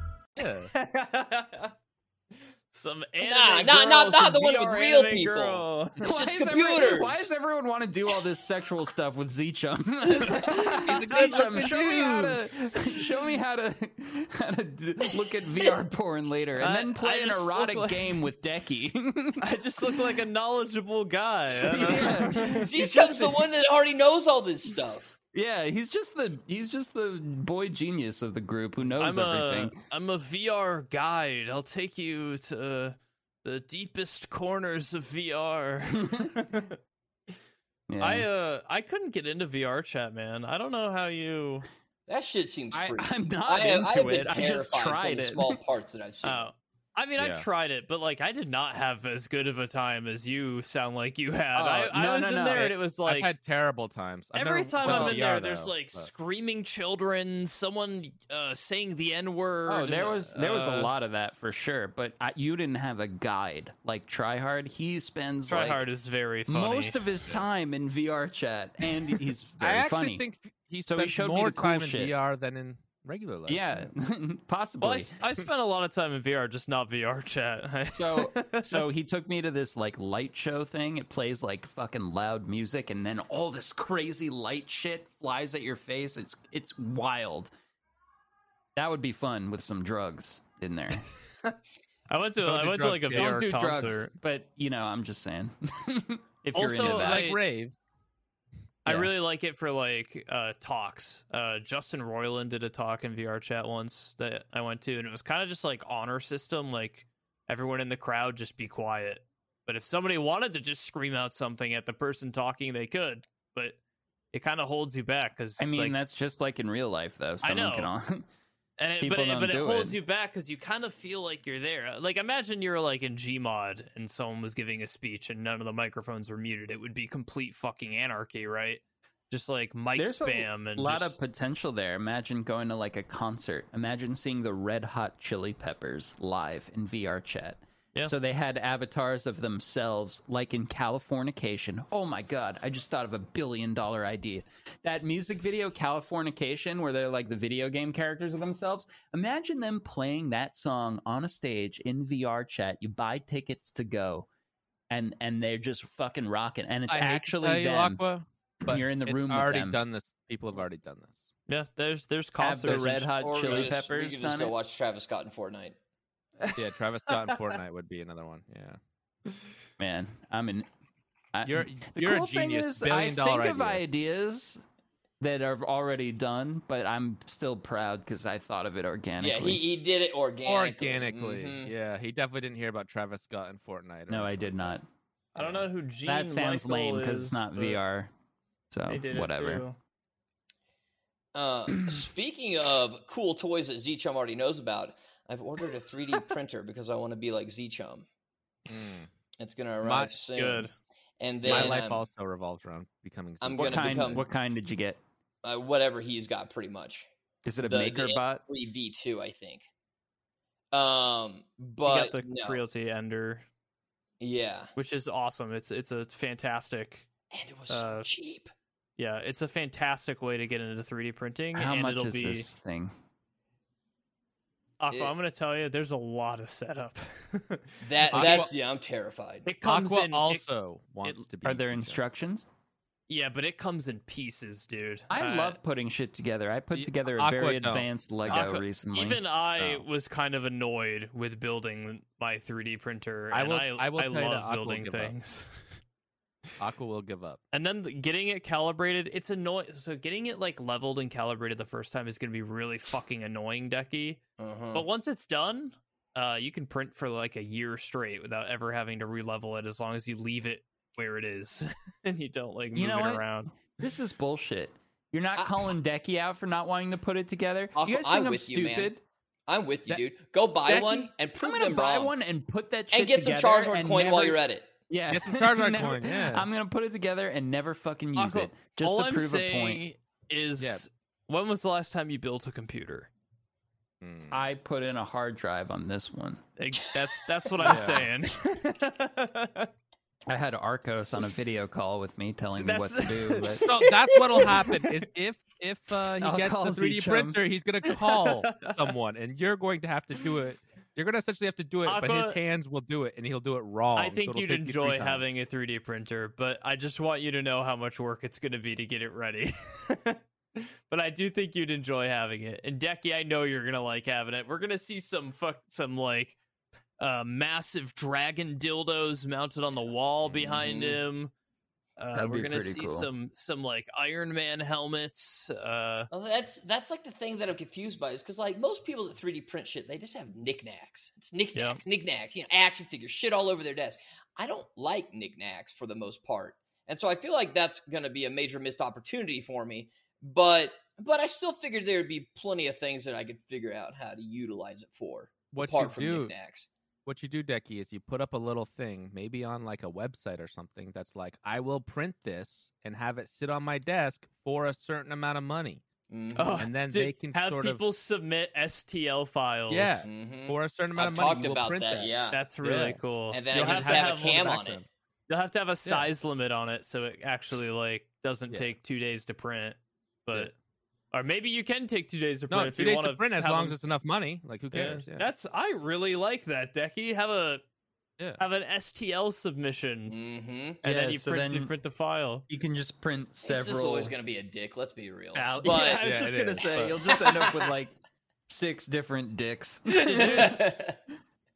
yeah.
Some anime
Nah, nah, not-
girls
not
and
the one with
VR
real
anime
people.
girl.
it's just
is everyone-
computers.
why does everyone want to do all this sexual stuff with Zichum? Zichum, show me how to show me how to how to d- look at VR porn later, and
I-
then play
I
an
just look
erotic
like-
game with Decky.
I just look like a knowledgeable guy. I don't know.
yeah.
Zeechum's the one that already knows all this stuff.
yeah, he's just the he's just the boy genius of the group who knows
I'm uh,
everything.
A, I'm a VR guide. I'll take you to the deepest corners of VR.
Yeah.
I uh I couldn't get into VR chat, man. I don't know how you.
That shit seems
I,
free.
am not
I have,
into
I have been
it. I
terrified
just
from
tried
the
it.
small parts that I've seen.
Oh, I mean, I
Yeah.
tried it, but like I did not have as good of a time as you sound like you had.
Oh,
I,
no,
I was
no,
in
no.
there and it was like
I've had terrible times. I've
every
never
time
played
I'm in
VR
there, there's
though,
like
but-
screaming children, someone uh, saying the n word.
Oh, there was there was
uh,
a lot of that for sure, but I, you didn't have a guide like Tryhard. He spends
Try
like,
hard is very funny.
most of his time in VR chat, and he's
I
very
actually
funny.
think f- he
So
spent
he showed me
more
the cool
time in
shit.
VR than in regular life.
yeah, possibly.
Well, I, s- I spent a lot of time in VR, just not VR chat.
so so he took me to this like light show thing. It plays like fucking loud music, and then all this crazy light shit flies at your face. It's it's wild. That would be fun with some drugs in there.
I went to
Don't
I
do
went to
drugs,
like a
Jay.
VR
Don't do
concert.
drugs, but you know, I'm just saying. if
Also,
you're into that,
like
I-
raves.
I
Yeah.
really like it for like uh talks. Uh Justin Roiland did a talk in VR chat once that I went to and it was kind of just like honor system like everyone in the crowd just be quiet. But if somebody wanted to just scream out something at the person talking, they could, but it kind of holds you back cuz
I mean,
like,
that's just like in real life, though.
I
Someone Can
know.
all...
and it,
people
but it,
don't
but it
do
holds
it.
you back cuz you kind of feel like you're there. Uh, Like imagine you're like in Gmod and someone was giving a speech and none of the microphones were muted. It would be complete fucking anarchy, right? Just like mic
There's a
spam and
a lot
just,
of potential there. Imagine going to like a concert. Imagine seeing the Red Hot Chili Peppers live in VR chat.
Yeah.
So they had avatars of themselves, like in Californication. Oh my god! I just thought of a billion dollar idea. That music video Californication, where they're like the video game characters of themselves. Imagine them playing that song on a stage in VR chat. You buy tickets to go, and and they're just fucking rocking. And it's
I hate to
actually
tell you,
them.
Aqua, but
You're in the
it's
room with
Already
them.
done this. People have already done this.
Yeah, there's there's
have the
concerts.
Red Hot
Or we
Chili
just- We
Peppers
could just
done
go
it.
watch Travis Scott in Fortnite.
Yeah, Travis Scott and Fortnite would be another one. Yeah,
Man, I'm in. I,
you're
the
you're
cool
a genius.
Thing is,
billion
I
dollar
think of
idea.
ideas that are already done, but I'm still proud because I thought of it organically.
Yeah, he, he did it organically.
organically.
Mhm.
mm-hmm.
Yeah, he definitely didn't hear about Travis Scott and Fortnite. or
no, I
anything
did
like
not.
I don't know who Gene
that sounds
Michael
lame because
is,
it's not
but
VR. So
They did it
whatever.
too.
Uh, speaking of cool toys that Z Chum already knows about, I've ordered a 3D printer because I want to be like Z Chum.
Mm.
It's gonna arrive
My-
soon.
Good.
And then
My life
um,
I'm-
also revolves around becoming.
I'm
Zeke.
gonna
What kind?
become-
What kind did you get?
uh, whatever he's got, pretty much
Is it a
The- the
maker bot?
three V two, I think. Um,
You
but
got the
no.
Creality Ender,
yeah,
which is awesome. It's it's a fantastic
and it was so
Uh,
cheap.
yeah, it's a fantastic way to get into 3D printing.
How
and
much
it'll
is
be
this thing?
Aqua,
It-
I'm gonna tell you, there's a lot of setup.
That
Aqua-
that's yeah, I'm terrified.
it comes
Aqua
in it-
also wants
it-
to be.
Are there
Zeke.
instructions?
yeah, but it comes in pieces, dude.
I
Uh,
love putting shit together. I put
y-
together a
Aqua
very
don't.
advanced Lego
Aqua-
recently.
Even I
Oh.
was kind of annoyed with building my 3D printer.
I
and
will-
I,
I will tell you that
love
Aqua will
building
give up.
things.
Aqua will give up.
And then the- getting it calibrated, it's annoying. So getting it like leveled and calibrated the first time is going to be really fucking annoying, Decky.
Uh-huh.
But once it's done, uh, you can print for like a year straight without ever having to relevel it, as long as you leave it where it is and you don't like move
You know
it
what?
around.
This is bullshit. You're not
I-
calling Decky out for not wanting to put it together.
Aqua,
you guys
I'm
think I'm
with you, man.
stupid?
I'm with you,
That-
dude. Go buy
Becky,
one and prove
I'm gonna
them
buy
wrong.
one and put that shit
and get some
together
Charizard
and
coin while
never-
you're at it.
Yeah,
Get some Charizard
Never-
coin, yeah.
I'm gonna put it together and never fucking use
Aqua,
it just
All
to
I'm
prove a
saying
point.
is,
Yeah.
when was the last time you built a computer?
Mm.
I put in a hard drive on this one.
Like, That's that's what I'm
Yeah.
saying.
I had Arcos on a video call with me telling me what to
That's-
do. But
So that's what'll happen is if if uh, he
I'll
gets
call
the 3D
Zeke-chum.
printer, he's gonna call someone, and you're going to have to do it. You're gonna essentially have to do it, but
Aqua-
his hands will do it, and he'll do it wrong.
I
so
think
it'll
you'd
take you three
enjoy
times.
having a 3D printer, but I just want you to know how much work it's going to be to get it ready. but I do think you'd enjoy having it. And Decky, I know you're going to like having it. We're going to see some fuck some like uh massive dragon dildos mounted on the wall behind
Mhm.
Mm-hmm.
him. Uh,
That'd
we're
be
gonna
pretty
see
cool.
some some like Iron Man helmets. Uh,
Well, Oh, that's that's like the thing that I'm confused by is because like most people that 3D print shit, they just have knickknacks. It's knickknacks, knickknacks, you know, action figures, shit all over their desk. I don't like knickknacks for the most part, and so I feel like that's going to be a major missed opportunity for me. But but I still figured there'd be plenty of things that I could figure out how to utilize it for,
what you
apart from
do.
knickknacks.
What you do, Decky, is you put up a little thing, maybe on like a website or something, that's like, I will print this and have it sit on my desk for a certain amount of money,
Mhm,
oh,
and then
dude,
they can
have
sort
people submit STL files.
Yeah.
mhm.
of for a certain amount
I've
of money.
talked
you will
about that,
print
yeah.
That's really
Yeah.
cool.
and then
You'll
I can just
to
have, a
one in the
cam on
background.
it.
You'll have to have a
Yeah.
size limit on it so it actually like doesn't
Yeah.
take two days to print. But or maybe you can take two days to print
No,
if
two
you
days
want
to print as long as it's enough money. Like who cares? Yeah.
That's I really like that, Decky. Have a
Yeah.
have an STL submission
Mm-hmm.
and
Mm, Yeah,
then you
so
print you
then-
print the file.
you can just print
This is
several.
always going to be a dick. Let's be real.
out-
But-
yeah, I was
Yeah,
just
it
gonna
is,
say
but-
you'll just end up with like six different dicks.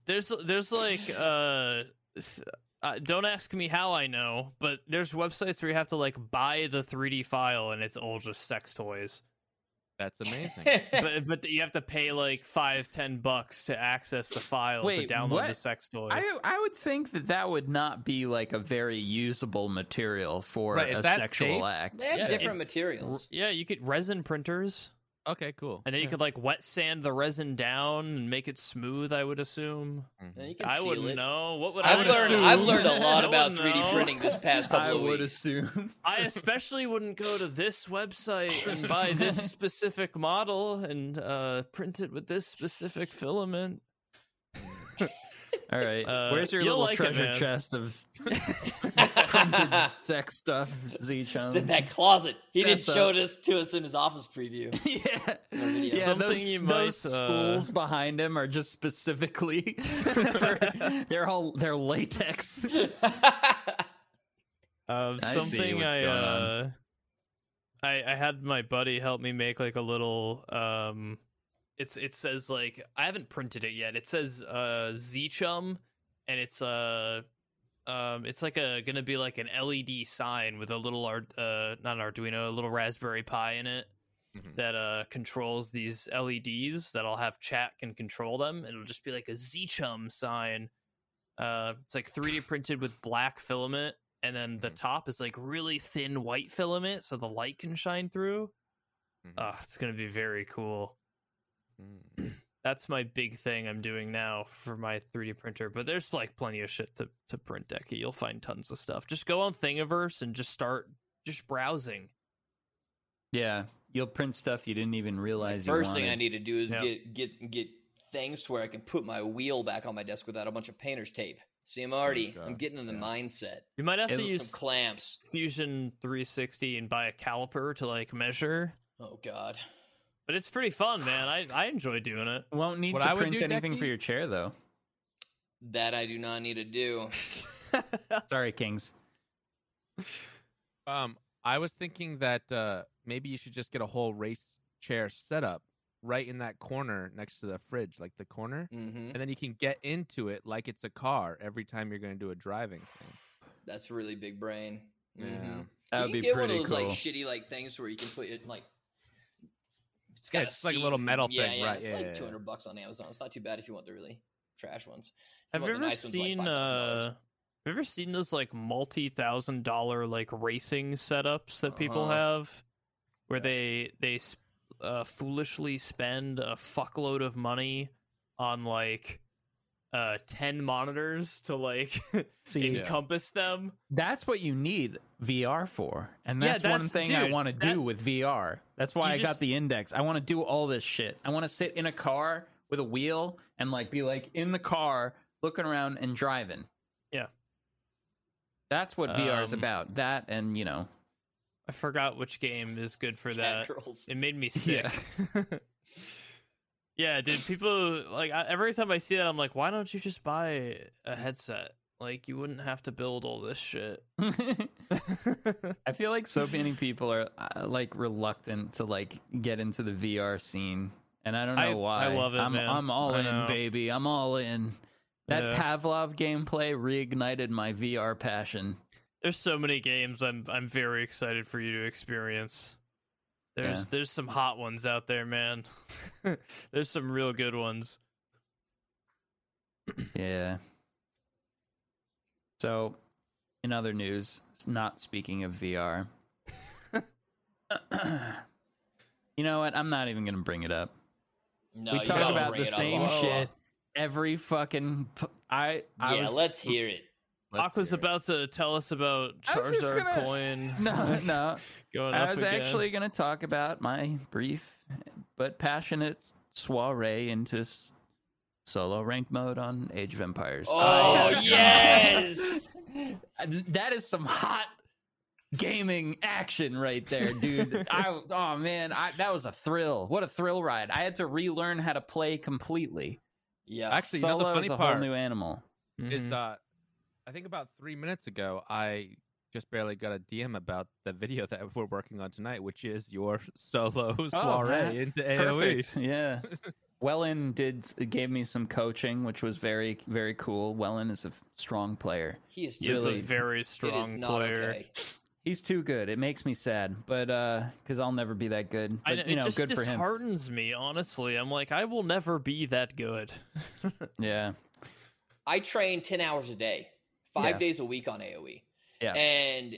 There's there's like uh, th- uh don't ask me how I know, but there's websites where you have to like buy the 3D file and it's all just sex toys.
That's amazing.
but but you have to pay like five ten bucks to access the file
Wait,
to download the
what?
sex toy.
I I would think that that would not be like a very usable material for
Right, is
a
that
sexual
safe?
act.
They have
Yeah.
different
It-
materials.
yeah, you could resin printers,
okay, cool.
and then you could like wet sand the resin down and make it smooth. I would assume.
Yeah, you can
I
seal
wouldn't
it.
know. What would I
I've learned.
assume?
I've learned a lot
I
about
wouldn't
3D
know.
printing this past couple
I
of
would
weeks.
assume.
I especially wouldn't go to this website and buy this specific model and uh, print it with this specific filament.
All right,
Uh,
where's your
you'll
little
like it,
treasure
man.
chest of printed
it's
sex stuff, Z Chum?
in that closet. He
That's
didn't show this to us in his office preview.
yeah,
video.
yeah.
Something
those
you
those
might, uh,
spools behind him are just specifically. for, they're all they're latex.
Um,
I see
something
what's
I,
going on.
uh, I I had my buddy help me make like a little um it's it says like I haven't printed it yet. It says uh Z chum and it's uh um it's like a gonna be like an LED sign with a little art uh not an Arduino, a little Raspberry Pi in it
Mhm.
that uh controls these E LEDs that I'll have chat can control them. It'll just be like a Z chum sign Uh, it's like 3D printed with black filament, and then the top is like really thin white filament, so the light can shine through.
Mhm.
Ah, it's gonna be very cool.
Mm.
That's my big thing I'm doing now for my 3D printer. But there's like plenty of shit to to print, Decky. You'll find tons of stuff. Just go on Thingiverse and just start just browsing.
Yeah, you'll print stuff you didn't even realize.
First
you
thing I
wanted.
need to do is
Yeah.
get get get things to where I can put my wheel back on my desk without a bunch of painter's tape. See, I'm already I'm
gosh,
getting in the
yeah.
mindset.
You might have to
It'll-
Some
use
clamps.
Fusion 360 and buy a caliper to like measure.
Oh God.
But it's pretty fun, man. I, I enjoy doing it.
Won't need
What
to
I would
print
do,
anything for
Decky-
your chair though.
That I do not need to do.
Sorry, Kings.
uh,
Um, I was thinking that uh, maybe you should just get a whole race chair setup right in that corner next to the fridge, like the corner,
hmm
and then you can get into it like it's a car every time you're going to do a driving thing.
That's really big brain.
Yeah.
Mhm.
That
you
would
can
be
get
pretty
one of those
cool.
like shitty like things where you can put it like. It's
Yeah,
got
it's like a
seat.
little metal
yeah,
thing,
yeah,
right,
It's
yeah,
like
yeah, yeah.
200 bucks on Amazon. It's not too bad if you want the really trash ones. If
Have you
want the
ever
nice ones, like
seen
$5,000.
uh have you ever seen those like multi thousand dollar like racing setups that people
Uh-huh.
have where they they s- uh, foolishly spend a fuckload of money on like uh 10 monitors to like
See,
encompass them
that's what you need VR for, and
Yeah,
that's, one
that's-
thing I
dude,
want to
that-
do with VR. That's why
You
I got
just-
the index. I want to do all this shit. I want to sit in a car with a wheel and like be like in the car, looking around and driving.
Yeah.
that's what VR is
Um,
about. That and you know,
i forgot which game is good for that
Catgirls.
It made me sick.
Yeah.
Yeah, dude. People like I, every time I see that, I'm like, why don't you just buy a headset? Like, you wouldn't have to build all this shit.
I feel like so many people are uh, like reluctant to like get into the VR scene, and I don't know
I-
why.
I love it,
I'm,
man.
I'm all
I
in,
know.
baby. I'm all in. That
Yeah.
Pavlov gameplay reignited my VR passion.
There's so many games. I'm I'm very excited for you to experience. There's
Yeah.
there's some hot ones out there, man. there's some real good ones.
Yeah. So, in other news, s- not speaking of VR, you know what? I'm not even going to bring it up.
No,
we
you
talk
gotta
about
bring
the
it up.
same
Oh,
shit every fucking. p- I I
yeah,
was
let's hear it.
Let's
Aqua's
hear it.
about to tell us about
I was just
Charizard
gonna-
coin.
no no.
going up
I was
again.
actually going to talk about my brief but passionate soiree into s- solo rank mode on Age of Empires.
Oh
yeah.
yes.
And that is some hot gaming action right there, dude. I oh man, I, that was a thrill. What a thrill ride! I had to relearn how to play completely.
yeah.
Actually, you know
solo
the funny
is a
part?
whole new animal. Mm-hmm.
is uh I think about three minutes ago I just barely got a DM about the video that we're working on tonight, which is your solo soiree
that-
into E. AOE.
Yeah. Wellen did gave me some coaching, which was very very cool. Wellen is a f- strong player.
he is
He is
really-
a very
it is
strong
not
player.
okay.
He's too good. It makes me sad, but uh, because I'll never be that good.
I,
But, you
it
know,
just
good for him.
disheartens me, honestly. I'm like, I will never be that good.
Yeah,
I train 10 hours a day, five
Yeah.
days a week on AoE.
Yeah.
And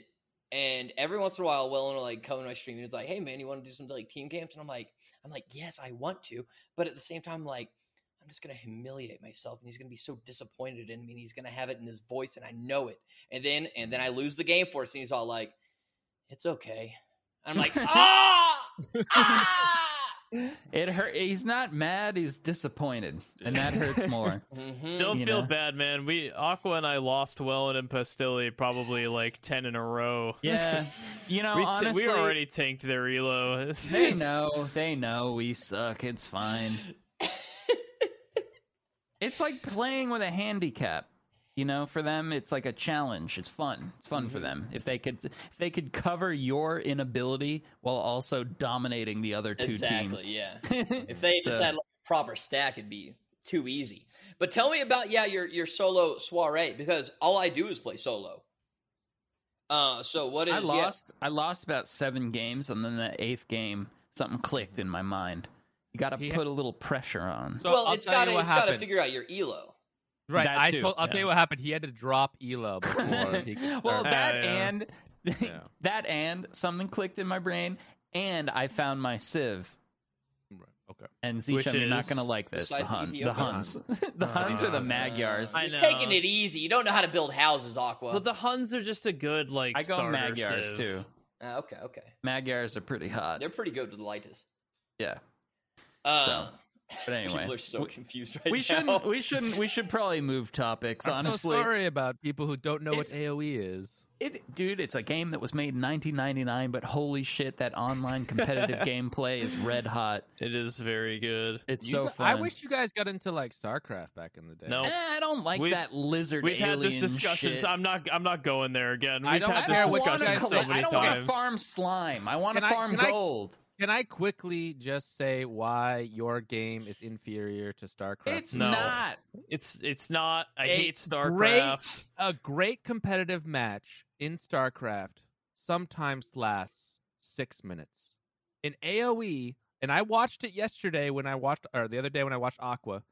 and every once in a while, Will will like come to my stream and it's like, hey man, you want to do some like team camps? And I'm like, I'm like, yes, I want to. But at the same time, like, I'm just gonna humiliate myself and he's gonna be so disappointed in me and he's gonna have it in his voice and I know it. And then and then I lose the game for us and he's all like, It's okay. I'm like, ah, ah!
it hurt. He's not mad. He's disappointed, and that hurts more.
Mhm.
Don't
You
feel
know?
bad, man. We Aqua and I lost Wellen and Pastilli probably like ten in a row.
yeah, you know,
we, t-
honestly,
we already tanked their elo.
they know. They know we suck. It's fine. it's like playing with a handicap. You know, for them, it's like a challenge. It's fun. It's fun for them. If they could, if they could cover your inability while also dominating the other two
exactly, yeah.
teams.
If they just
So-
had like a proper stack, it'd be too easy. But tell me about yeah your your solo soiree because all I do is play solo. Uh, so what is
I
yeah,
lost. I lost about seven games, and then that eighth game, something clicked in my mind. You got to
He-
put a little pressure on.
So
well,
I'll
it's
tell
got to
you what
it's got to
happened.
figure out your elo.
Right.
That
I
too,
told, I'll tell
yeah.
you what happened. He had to drop Elo before he could
well,
start.
that
Yeah, yeah.
and
Yeah.
that and something clicked in my brain, and I found my sieve.
Right, Okay.
And Zeech,
Which
you're not
is-
gonna like this. The,
Besides the
Hun- the
Ethiopian
Huns, the Huns
Ah.
are the Magyars.
I
You're
know.
taking it easy. You don't know how to build houses, Aqua.
Well, the Huns are just a good like.
I go
starter
Magyars
civ.
too.
Uh, okay, okay.
Magyars are pretty hot.
They're pretty good with lighters.
Yeah.
Uh,
But anyway,
people are so
we-
confused right
we
now.
shouldn't. We shouldn't. We should probably move topics.
I'm so
Honestly,
sorry about people who don't know what AOE is.
It, dude, it's a game that was made in 1999, but holy shit, that online competitive gameplay is red hot.
It is very good.
It's
You
so
gu-
fun.
I wish you guys got into like StarCraft back in the day.
No.
Eh, I don't like
We've-
that lizard.
We've had this
alien
discussion.
shit.
So I'm not. I'm not going there again. We've
I don't
had
I
this
don't wanna
discussion so
collect-
many
I don't want to
times.
farm slime. I want
Can
to
I-
farm
can I-
gold.
Can I quickly just say why your game is inferior to StarCraft?
It's
No.
not.
It's. It's not. I
A
hate StarCraft.
a great competitive match in StarCraft sometimes lasts six minutes. In AoE, and I watched it yesterday when I watched, or the other day when I watched Aqua,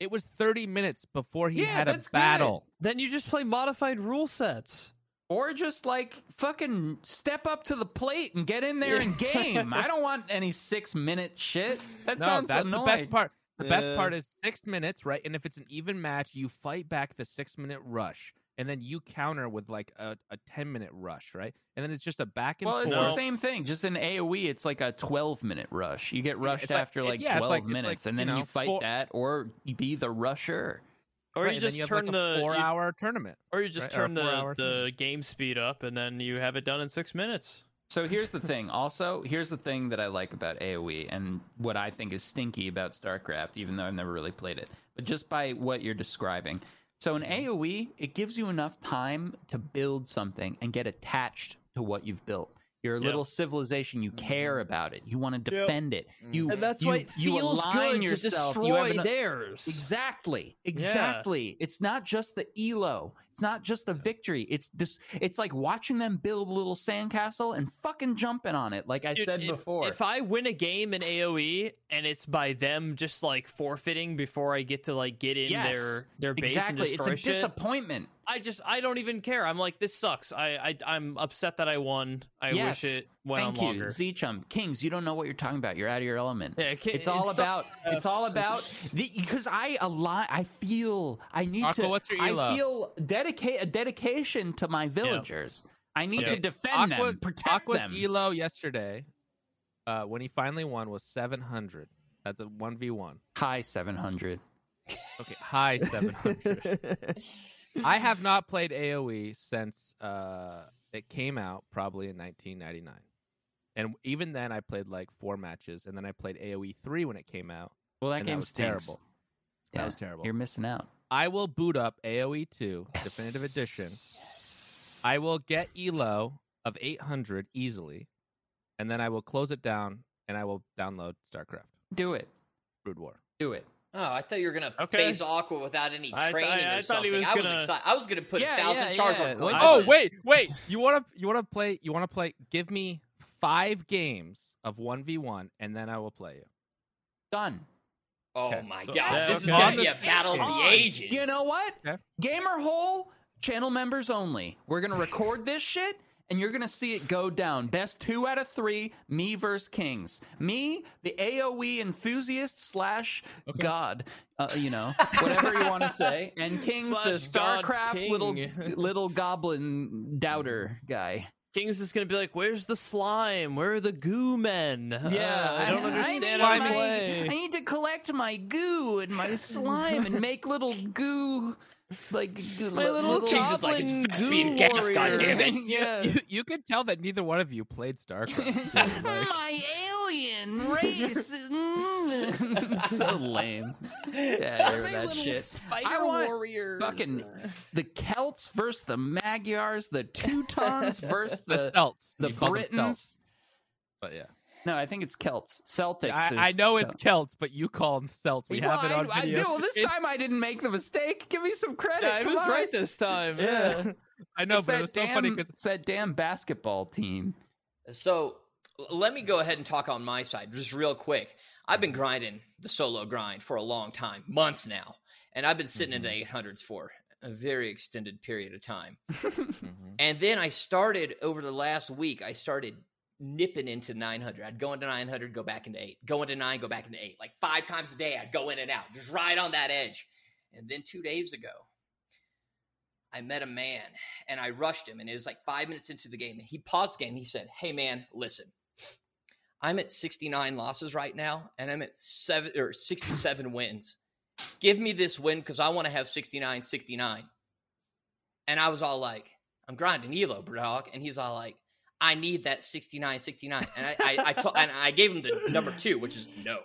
it was 30 minutes before he
Yeah,
had a
that's good.
battle.
Then you just play modified rule sets.
Or just like fucking step up to the plate and get in there and game. I don't want any six minute shit. That
No,
sounds
that's
annoying.
the best part. The best
Yeah.
part is six minutes, right? And if it's an even match, you fight back the six minute rush, and then you counter with like a, a 10 minute rush, right? And then it's just a back and
Well,
forth.
it's the
No.
same thing. Just in AOE, it's like a 12 minute rush. You get rushed
it's like-
after
it-
like
yeah, it's
12
like- it's like,
minutes, and
you
then you,
know,
fight
four-
that or you be the rusher.
Or
right?
you
And then
just
have,
turn
like,
the
a four
you-
hour tournament.
Or you just
Right, or a
turn the,
four-hour
the game speed up, and then you have it done in six minutes.
So here's the thing. Also, here's the thing that I like about AOE and what I think is stinky about StarCraft, even though I've never really played it. But just by what you're describing. So
Mm-hmm.
in AOE, it gives you enough time to build something and get attached to what you've built. Your
Yep.
little civilization, you
Mm-hmm.
care about it. You want to defend it. You you, you align yourself. You have an-
theirs.
Exactly. Exactly. It's not just the elo. It's not just the victory. It's just it's like watching them build a little sandcastle and fucking jumping on it, like I
Dude,
said
if,
before.
If I win a game in AOE and it's by them just like forfeiting before I get to like get in
Yes,
their their base
exactly.
and
It's
destroy
a
shit,
disappointment.
I just I don't even care. I'm like this sucks. I, I I'm upset that I won. I
yes.
wish it went
Thank
on
you,
longer.
Z Chum. Kings, you don't know what you're talking about. You're out of your element.
Yeah, ki-
it's all
it's
about
not-
it's all about because I align I feel I need
Aqua,
to
what's your E
I
elo?
feel dedicate a dedication to my villagers. I need
Yeah.
to defend
Aqua's,
them, protect
Aqua's
them.
Elo yesterday, uh, when he finally won, was 700. That's a 1v1.
high 700
Okay, high 700. I have not played AoE since uh, it came out, probably in 1999. And even then, I played like four matches, and then I played AoE 3 when it came out.
well that
and
game
that was
stinks
terrible.
Yeah,
That was terrible.
you're missing out
I will boot up AoE 2 Definitive Edition. I will get Elo of 800 easily, and then I will close it down and I will download StarCraft
do it
Brood War.
do it
Oh, I thought you were gonna
Okay.
phase Aqua without any
I th-
training
I- I
or
thought he
something.
was
I was
gonna-
excited. I was gonna put
Yeah,
a thousand
yeah,
chars
yeah.
on
Like-
Clint.
Oh wait, wait. You want to you want to play you want to play give me 5 games of 1v1 and then I will play you.
done
Oh
Okay.
my
So-
gosh,
Yeah,
this is
okay.
gonna be a
It's
battle of the
on.
ages.
you know what
Okay.
gamer hole channel members only we're gonna record this shit and you're gonna see it go down best two out of three me versus kings me the aoe enthusiast slash god uh, you know whatever you want to say and kings the
Slash God
starcraft little
King.
little goblin doubter guy
Kings is gonna be like, "Where's the slime? Where are the goo men?
Yeah,
Uh, I don't understand
need
why
my-
play."
I need to collect my goo and my slime and make little goo, like my
little
Jesus, like it's
Goblin
fast
goo
being gas,
warrior.
goddammit.
yeah.
You, you could tell that neither one of you played StarCraft. dude. Like,
my alien race. Mm. so lame. Yeah, I hear that shit. I want fucking the Celts versus the Magyars, the Teutons versus
the
the
Celts.
the,
You call them Celts,
Britons.
but yeah.
No, I think it's Celts. Celtics. is,
I, I know it's Celts, but you call them Celts. We
Well,
have it
I-
on
I,
video.
do. Well, this
It's-
time I didn't make the mistake. Give me some credit.
Yeah, I
Come
was
on.
right this time. Yeah.
I know,
It's
but
that
it was so funny
damn-
because
it's that damn basketball team.
So l- let me go ahead and talk on my side just real quick. I've been grinding the solo grind for a long time, months now. and I've been sitting
Mm-hmm.
in the 800s for a very extended period of time.
Mhm.
And then I started over the last week, I started nipping into 900. I'd go into 900, go back into eight, go into nine, go back into eight. Like five times a day, I'd go in and out, just right on that edge. And then two days ago, I met a man and I rushed him, and it was like five minutes into the game. And he paused the game. And he said, Hey, man, listen, I'm at 69 losses right now, and I'm at seven or 67 wins. Give me this win because I want to have 69 69. And I was all like, I'm grinding Elo, bro, dog. And he's all like, I need that 69 69. And I, I, I, to- and I gave him the number two, which is no.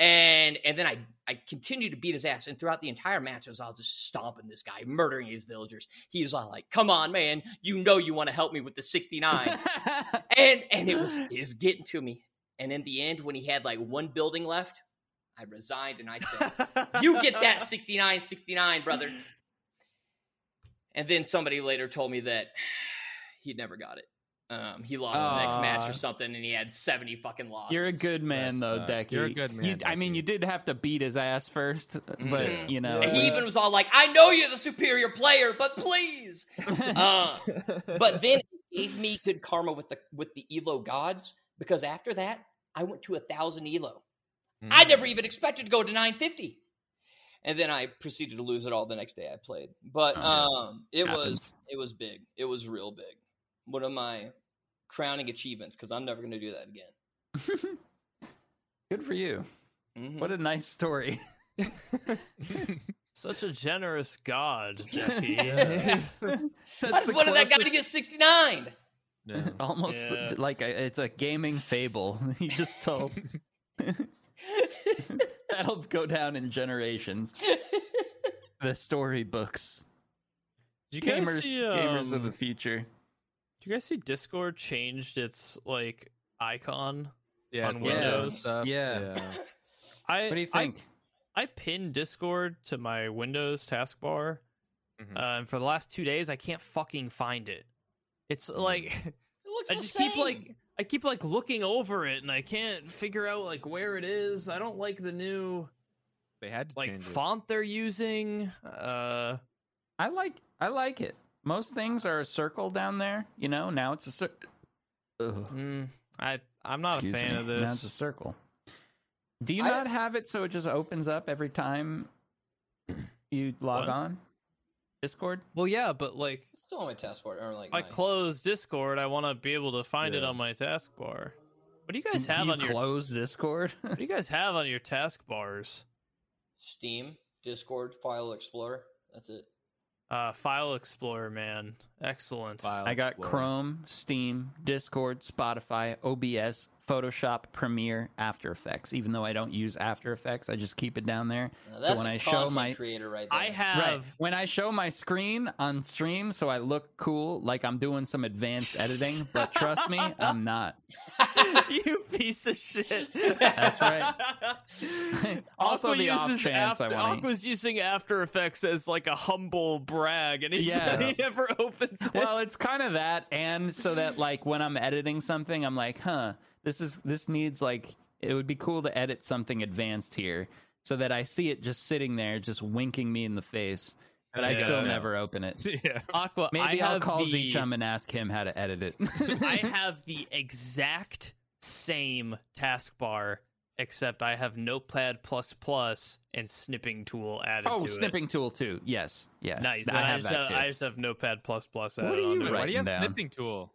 And and then I I continued to beat his ass. And throughout the entire match, I was, I was just stomping this guy, murdering his villagers. He was all like, come on, man. You know you want to help me with the 69 and and it was it was getting to me. And in the end, when he had like one building left, I resigned and I said, "You get that 69, 69, brother." And then somebody later told me that he'd never got it. Um, he lost the next match
Aw.
or something, and he had seventy fucking losses.
You're a good man, though,
That's,
Decky.
uh, you're a good man,
You- I
Decky.
mean,
Mm-hmm.
you did have to beat his ass first, but
Mhm.
you know.
And
at
he even was all like, "I know you're the superior player, but please." Uh, but then it gave me good karma with the with the Elo gods because after that, I went to a thousand Elo.
Mm-hmm.
I
Mm-hmm.
never even expected to go to 950. And then I proceeded to lose it all the next day I played. But
Oh, yeah.
um, it was
Happens.
it was big. It was real big. One of my crowning achievements because I'm never going to do that again.
least. good for you.
Mhm.
What a nice story.
Such a generous god, Jackie.
I just wanted that guy to get 69.
Yeah.
Almost
Yeah.
like a, it's a gaming fable. you just told. That'll go down in generations. the storybooks.
Did you guys
Gamers,
see,
gamers of
um,
the future.
Did you guys see Discord changed its like icon?
yeah,
on
it's one of those
Windows.
stuff.
Yeah.
I
What do you
I-
think?
I, pinned Discord to my Windows taskbar,
Mm-hmm.
Mhm.
uh, and for the last two days, I can't fucking find it. It's
Mm.
like
It looks
I
the
just
same.
keep like I keep like looking over it, and I can't figure out like where it is. I don't like the new
They had to
like
change it.
font they're using. Uh,
I like I like it. Most things are a circle down there, you know. Now it's a circle.
mm, I I'm not a fan of
Now it's a
this.
circle. Do you
I-
not have it so it just opens up every time you log
What?
on? Discord.
Well, yeah, but like
It's still on my passport. Or like
I
my-
close Discord, I want to be able to find it
Yeah.
on my taskbar. What do you guys
Do
have
you
on your What
close Discord?
do you guys have on your taskbars?
Steam, Discord, File Explorer. That's it.
Uh, File Explorer, man, excellent.
File
I got
Explorer.
Chrome, Steam, Discord, Spotify, OBS, Photoshop, Premiere, After Effects. Even though I don't use After Effects, I just keep it down there.
Now, that's
when
a
I show
content
my-
creator right there.
I have
Right. When I show my screen on stream, so I look cool, like I'm doing some advanced editing, but trust me, I'm not.
you piece of shit.
That's right. also, the off
uses
chance
after,
I want to.
Aqua's using After Effects as like a humble brag, and he said
Yeah.
he never opens it.
Well, it's kind of that, and so that like when I'm editing something, I'm like, huh, this is this needs like it would be cool to edit something advanced here, so that I see it just sitting there, just winking me in the face, but I
Yeah.
still never open it.
Yeah.
Aqua,
Maybe
I
I'll
have
call
the...
Zchum and ask him how to edit it.
I have the exact same taskbar, except I have Notepad plus plus and snipping tool added
oh,
to
snipping tool too. Yes, yeah,
it. Nice.
I
And
have
just
that
have,
too.
I just have Notepad plus plus added
do you
on.
Wait,
to it.
why do you have
writing down.
snipping tool?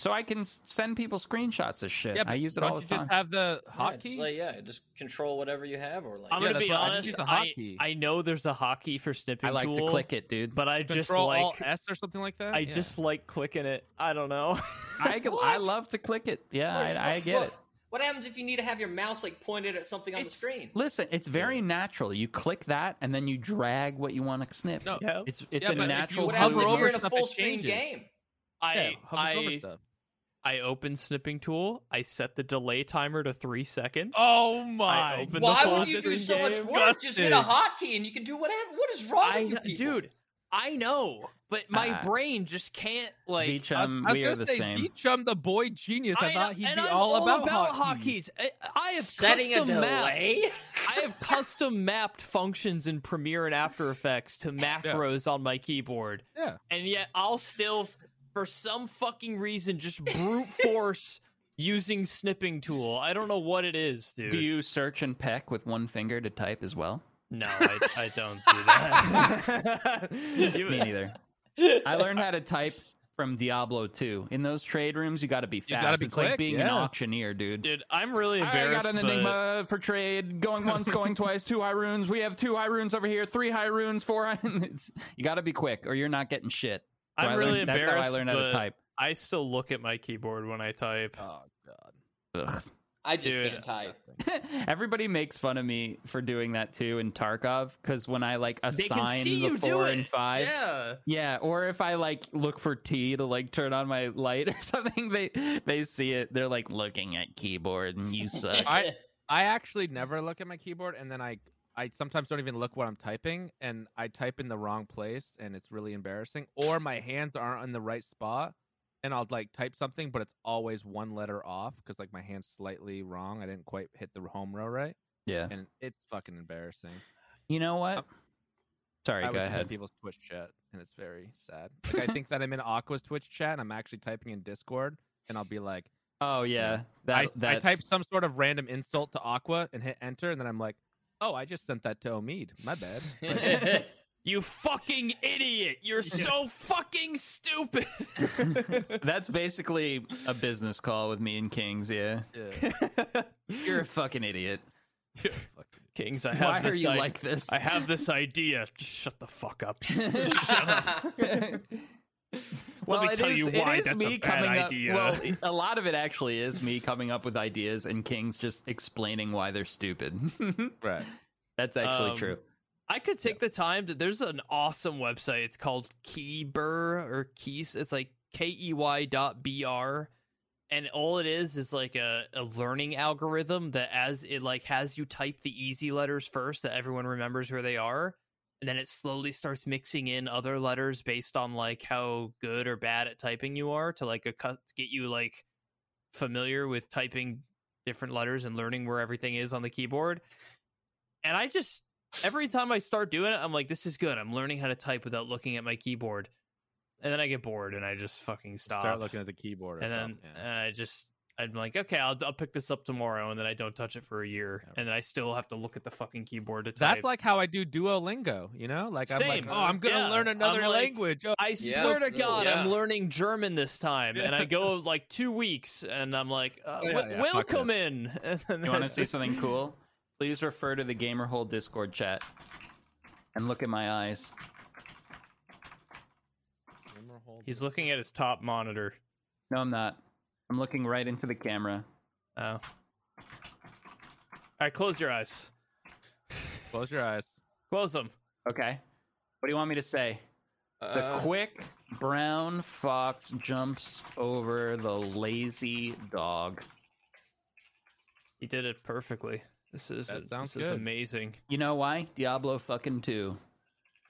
so I can s- send people screenshots of shit.
Yeah,
I
but
use it
don't
all the
you
time.
just have the
Yeah, just
hotkey?
like, yeah, just control whatever you have, or like
I'm
Yeah,
gonna
that's
be
what- I just
honest.
use the
I,
hotkey.
I know there's a hockey for snipping.
I like
tool,
to click it, dude.
but I just
Control
like
Alt S or something like that.
I
Yeah.
just like clicking it. I don't know.
I can- I love to click it. Yeah, I, I get
Look,
it.
What happens if you need to have your mouse like pointed at something on the
It's-
screen?
Listen, it's very natural. You click that and then you drag what you want to snip.
No.
Yeah.
It's it's
Yeah,
a
but if
natural.
you
What happens
hover
if
over
you're in a
stuff,
full
it
screen
changes.
game?
yeah,
I
hover over
I,
stuff.
I open snipping tool. I set the delay timer to three seconds.
Oh
my. open the
Why
full
would you do
screen
so much
game.
work? Just hit a
Justin.
hotkey and you can do whatever. What is wrong
I
with you
kn-
people?
dude, I know, but my
Ah.
brain just can't like.
Z Chum,
I was
Um, we are
gonna
the
say,
same.
Zeechum, the boy genius. I,
I know-
thought he'd
and
be
I'm
all, about, hockey.
hockeys. I, I have
Setting a
custom mapped-
delay.
I have custom mapped functions in Premiere and After Effects to macros on my keyboard,
Yeah,
and yet I'll still, for some fucking reason, just brute force using snipping tool. I don't know what it is, dude.
Do you search and peck with one finger to type as well?
No, I, I don't do that. You-
Me neither. I learned how to type from Diablo 2. In those trade rooms, you got to be fast.
gotta be
it's
quick,
like being an
yeah.
auctioneer, dude.
dude, I'm really
I
embarrassed.
got an
but-
enigma for trade. Going once, going twice. Two high runes. We have two high runes over here. Three high runes. Four. High... It's, you got to be quick, or you're not getting shit. So
I'm
I
really
learned,
embarrassed.
That's how I learned how to
but
type. Oh,
I still look at my keyboard when I type.
Ugh.
I just
Dude.
can't type.
Everybody makes fun of me for doing that too in Tarkov because when I like assign the four and five,
Yeah.
Yeah, or if I like look for T to like turn on my light or something, they they see it. They're like looking at keyboard and you suck.
I I actually never look at my keyboard, and then I I sometimes don't even look what I'm typing, and I type in the wrong place, and it's really embarrassing. Or my hands aren't in the right spot, and I'll like type something, but it's always one letter off because like my hand's slightly wrong. I didn't quite hit the home row right,
yeah.
and it's fucking embarrassing.
You know what? Sorry,
I
go
was in
ahead.
people's Twitch chat, and it's very sad. Like I think that I'm in Aqua's Twitch chat, and I'm actually typing in Discord, and I'll be like.
Oh yeah.
I,
That
I
that's-
type some sort of random insult to Aqua and hit enter, and then I'm like, oh, I just sent that to Omid. My bad. Like,
You fucking idiot. You're so fucking stupid.
that's basically a business call with me and Kings, yeah.
yeah.
You're a fucking idiot.
Kings, I have
Why
this
are you
i-
like this?
I have this idea. Just shut the fuck up.
well,
me
it
tell
is-
you
it
why
is
that's a
me
bad
coming
idea.
Up, well, e, a lot of it actually is me coming up with ideas and Kings just explaining why they're stupid.
Right.
that's actually
Um,
true.
I could take the time to there's an awesome website. It's called Keyber or Keys. It's like K E Y dot B R. And all it is is like a, a learning algorithm that as it like has you type the easy letters first that everyone remembers where they are, and then it slowly starts mixing in other letters based on like how good or bad at typing you are to like a cut get you like familiar with typing different letters and learning where everything is on the keyboard. And I just every time I start doing it, I'm like, this is good. I'm learning how to type without looking at my keyboard. And then I get bored and I just fucking stop.
Start looking at the keyboard. Or
and then uh,
something, yeah.
and I just I'm like, okay, I'll, I'll pick this up tomorrow, and then I don't touch it for a year, and then I still have to look at the fucking keyboard to type.
That's like how I do Duolingo, you know? Like I'm like,
Same.
oh, I'm gonna
Yeah.
learn
I'm
another
like-
language. Oh,
I
Yeah.
swear to God, I'm
Yeah.
learning German this time, and I go like two weeks, and I'm like, uh,
Oh, Yeah,
w-
yeah, fuck
welcome in.
You want to see something cool? Please refer to the Gamer Hole Discord chat and look at my eyes.
He's looking at his top monitor.
No, I'm not. I'm looking right into the camera.
Oh, all right, close your eyes.
close your eyes.
Close them.
Okay. What do you want me to say? The
Uh,
Uh,
quick brown fox jumps over the lazy dog.
He did it perfectly. This is
That sounds
this is
good.
amazing.
You know why? Diablo fucking 2.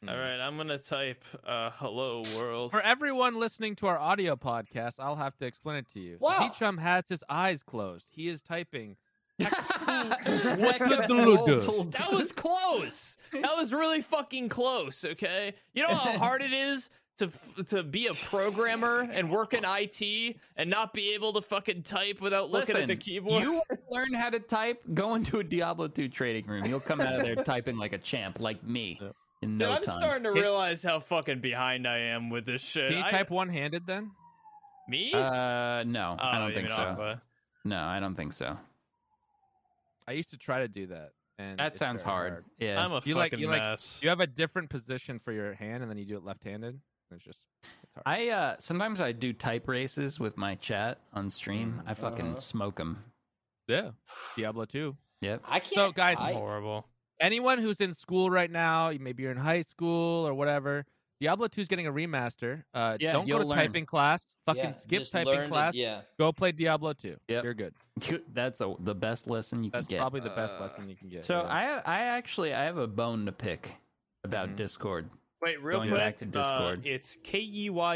Mm.
All right, I'm gonna type uh, "Hello World."
For everyone listening to our audio podcast, I'll have to explain it to you.
Wow.
Zeechum has his eyes closed. He is typing.
That was close. That was really fucking close. Okay, you know how hard it is to f- to be a programmer and work in IT and not be able to fucking type without looking at the
Listen,
keyboard.
You wanna learn how to type? Go into a Diablo 2 trading room. You'll come out of there typing like a champ, like me. In
Dude,
no
I'm
time.
starting to realize how fucking behind I am with this shit.
Can you
I-
type one handed then?
me?
Uh, no,
Oh,
I don't
you
think
mean
so.
Aqua.
No, I don't think so.
I used to try to do that. And
That
it's
sounds
very
hard. Yeah.
I'm a fucking
You like- you like-
mess.
You have a different position for your hand, and then you do it left-handed. and It's just it's hard.
I uh sometimes I do type races with my chat on stream.
Mm,
I fucking
uh-huh.
smoke 'em. smoke them.
yeah, Diablo two.
Yep.
I can't.
So, guys,
type.
Horrible.
Anyone who's in school right now, maybe you're in high school or whatever. Diablo two is getting a remaster. Uh,
Yeah,
don't go
you'll
to
learn.
typing class. Fucking
Yeah,
skip
just
typing
learn to-
class.
yeah.
Go play Diablo two.
Yep.
you're good.
That's a, the best lesson you
That's
can get.
probably the best
Uh,
lesson you can get.
so
yeah.
Mm-hmm.
I I actually I have a bone to pick about
Mhm.
Discord.
Wait, real
Going
quick.
back to Discord.
Uh, it's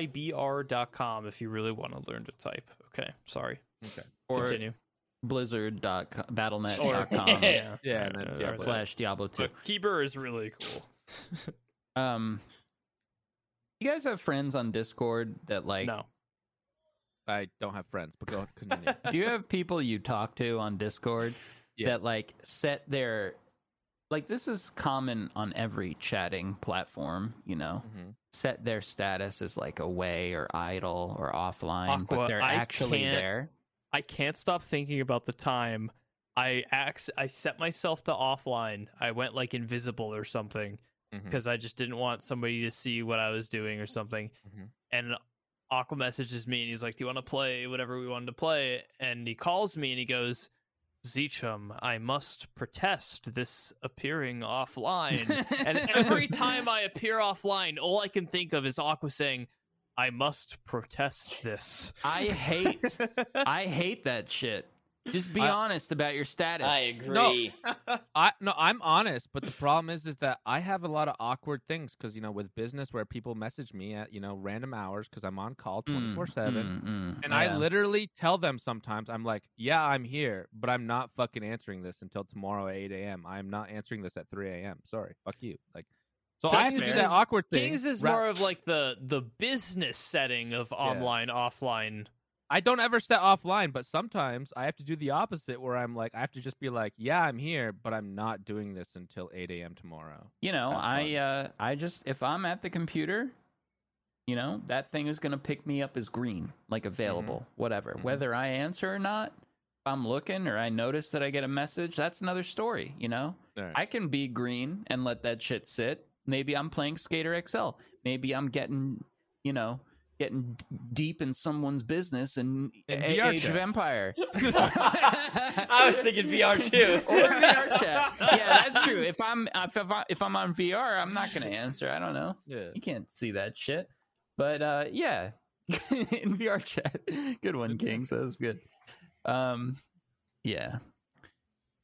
keybr.com if you really want to learn to type. Okay, sorry.
Or
Continue.
blizzard.com,
Or-
battlenet.com
yeah.
Yeah, and then
Uh,
Diablo.
slash Diablo 2.
But Keeper is really cool.
Um, you guys have friends on Discord that like.
no.
I don't have friends, but go continue.
Do you have people you talk to on Discord
Yes.
that like set their like this is common on every chatting platform, you know.
Mhm.
Set their status as like away or idle or offline,
Aqua,
but they're
I
actually
can't-
there.
I can't stop thinking about the time I ax- I set myself to offline. I went like invisible or something
Mhm.
because I just didn't want somebody to see what I was doing or something.
Mhm.
And Aqua messages me and he's like, "Do you want to play whatever we wanted to play?" And he calls me and he goes, "Zechum, I must protest this appearing offline." and every time I appear offline, all I can think of is Aqua saying, "I must protest this."
I hate I hate that shit. Just be
I-
honest about your status.
I agree.
I no, I'm honest, but the problem is, is that I have a lot of awkward things because you know, with business where people message me at you know random hours because I'm on call
Mm,
twenty four seven,
mm, mm,
and
yeah.
I literally tell them sometimes I'm like, yeah, I'm here, but I'm not fucking answering this until tomorrow at eight a.m. I'm not answering this at three a.m. Sorry, fuck you. Like, so I
Kings
have to do
is-
that awkward thing.
Kings is
ra-
more of like the the business setting of online offline.
I don't ever set offline, but sometimes I have to do the opposite where I'm like, I have to just be like, yeah, I'm here, but I'm not doing this until 8 a.m. tomorrow.
You know,
Have
I
fun.
uh, I just if I'm at the computer, you know, that thing is gonna pick me up as green, like
Mm-hmm.
available, whatever.
Mhm.
Whether I answer or not, if I'm looking or I notice that I get a message, that's another story. You know,
All right.
I can be green and let that shit sit. Maybe I'm playing Skater XL. Maybe I'm getting, you know, getting d- deep in someone's business and
In
A-
VR
Age of
chat.
Empire.
I was thinking VR too.
or VR chat. Yeah, that's true. If I'm if, if, I, if I'm on VR, I'm not gonna answer. I don't know.
Yeah.
You can't see that shit. But uh, yeah, in VR chat. Good one, Kings. That was good. Um, yeah.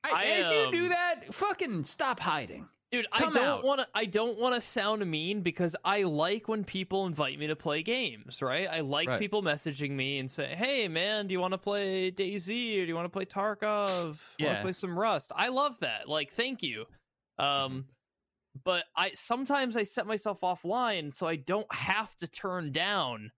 I,
I,
if you do
um,
that, fucking stop hiding.
Dude, I
Come
don't
out.
want to. I don't want to sound mean because I like when people invite me to play games. Right? I like
Right.
people messaging me and say, "Hey, man, do you want to play DayZ or do you want to play Tarkov? Want
Yeah.
to play some Rust?" I love that. Like, thank you. Um, but I sometimes I set myself offline so I don't have to turn down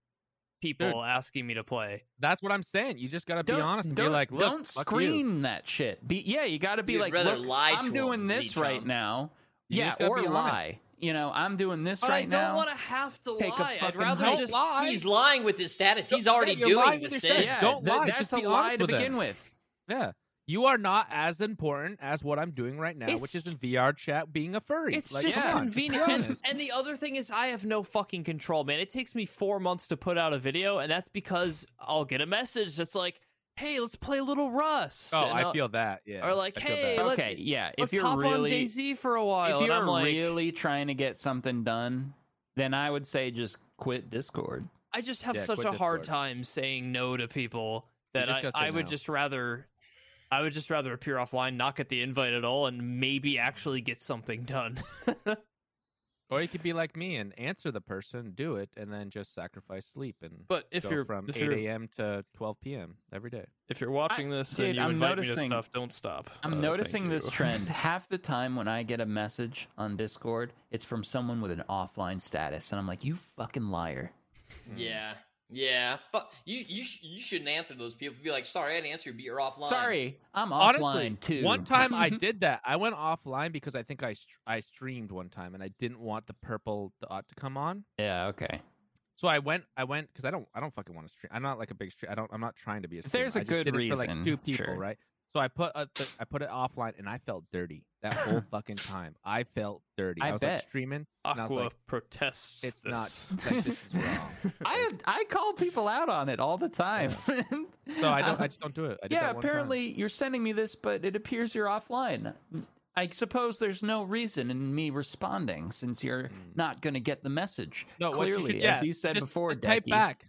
people asking me to play.
That's what I'm saying. You just got to be honest and be
don't-
like, look,
don't
fuck
screen that shit. Be yeah, you got to be
You'd
like,
rather
look,
lie to
I'm doing
'em,
this
Z-Chump.
right now.
You
yeah,
just gotta
or
be honest.
lie. You know, I'm doing this
But
right
I don't
now.
want to have to
Take a
lie. I'd
fucking
rather
hike.
just
Don't lie.
He's lying with his status.
Don't-
He's already
yeah, you're
doing
lying
the
with your
sin.
status.
Yeah,
Don't
th-
lie,
That's
just
a
be
lie
honest
to
with them.
begin with.
you. Yeah. You are not as important as what I'm doing right now,
It's-
which is in VR chat being a furry.
It's
Like,
just
come on, be
convenient. And,
honest.
and the other thing is, I have no fucking control, man. It takes me four months to put out a video, and that's because I'll get a message that's like, "Hey, let's play a little Rust."
Oh,
and
I
I'll-
feel that. Yeah.
Or like,
I feel
"Hey,
that.
let's,
okay, yeah. If
let's
you're
hop on
really,
DayZ for a while,"
if
and
you're
I'm like,
really trying to get something done, then I would say just quit Discord.
I just have
Yeah,
such
quit
a hard
Discord.
time saying no to people that
just
I,
gotta say
I would
no.
just rather. I would just rather appear offline, not get the invite at all, and maybe actually get something done.
or you could be like me and answer the person, do it, and then just sacrifice sleep and
But if
go
you're
from
if
8
you're
a.m. to 12 p.m. every day.
If you're watching this
dude,
and you
I'm
invite me
noticing-
to stuff, don't stop. Uh,
I'm
Oh, thank
noticing this
you.
trend. Half the time when I get a message on Discord, it's from someone with an offline status, and I'm like, "You fucking liar."
Yeah, yeah. But you you sh- you shouldn't answer those people. Be like, sorry, I didn't answer. you, But you're offline.
Sorry, I'm offline
Honestly,
too.
one time I did that. I went offline because I think I str- I streamed one time and I didn't want the purple dot to come on.
yeah, okay.
So I went I went because I don't I don't fucking want to stream. I'm not like a big stream. I don't I'm not trying to be a. Streamer.
There's a
I just
good
did it for
reason,
like two people,
sure.
right? So I put a th- I put it offline and I felt dirty that whole fucking time. I felt dirty.
I
I, was
bet.
like streaming. and I was
Aqua
like,
protests.
it's
this.
not. That shit's wrong.
I I call people out on it all the time.
So I don't. I just don't do it. I did
yeah,
that one time.
apparently you're sending me this, but it appears you're offline. I suppose there's no reason in me responding since you're
Hmm.
not going to get the message.
No, what you
clearly,
should- yeah,
as you said
just,
before,
just type
Decky.
back. Type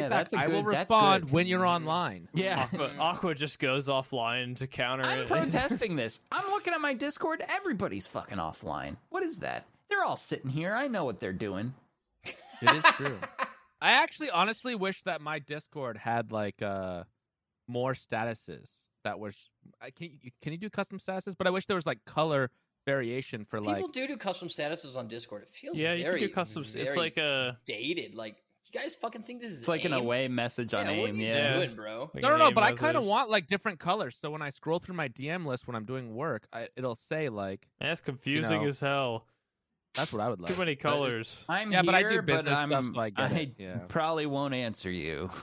Yeah,
back.
that's a
I will
good- that's
respond
good.
when you're online.
Yeah,
Aqua, Aqua just goes offline to counter
I'm
it.
protesting this. I'm looking at my Discord. Everybody's fucking offline. What is that? They're all sitting here. I know what they're doing.
It is true. I actually honestly wish that my Discord had like uh more statuses that was I can you- can you do custom statuses? But I wish there was like color variation for like
People do do custom statuses on Discord. It feels
yeah, you
very,
can do custom. It's
very
like a
dated. Like you guys fucking think this is
It's like an
AIM?
away message on
Yeah, what are
AIM.
you
Yeah.
doing, bro?
like
No,
an
no, no.
aim
But I kind of
resolution.
want like different colors. So when I scroll through my DM list when I'm doing work, I, it'll say like
That's confusing
know,
as hell.
that's what I would like.
Too many colors.
I'm
Yeah,
here,
but I do business stuff,
I'm,
so I get
I
it, yeah.
probably won't answer you.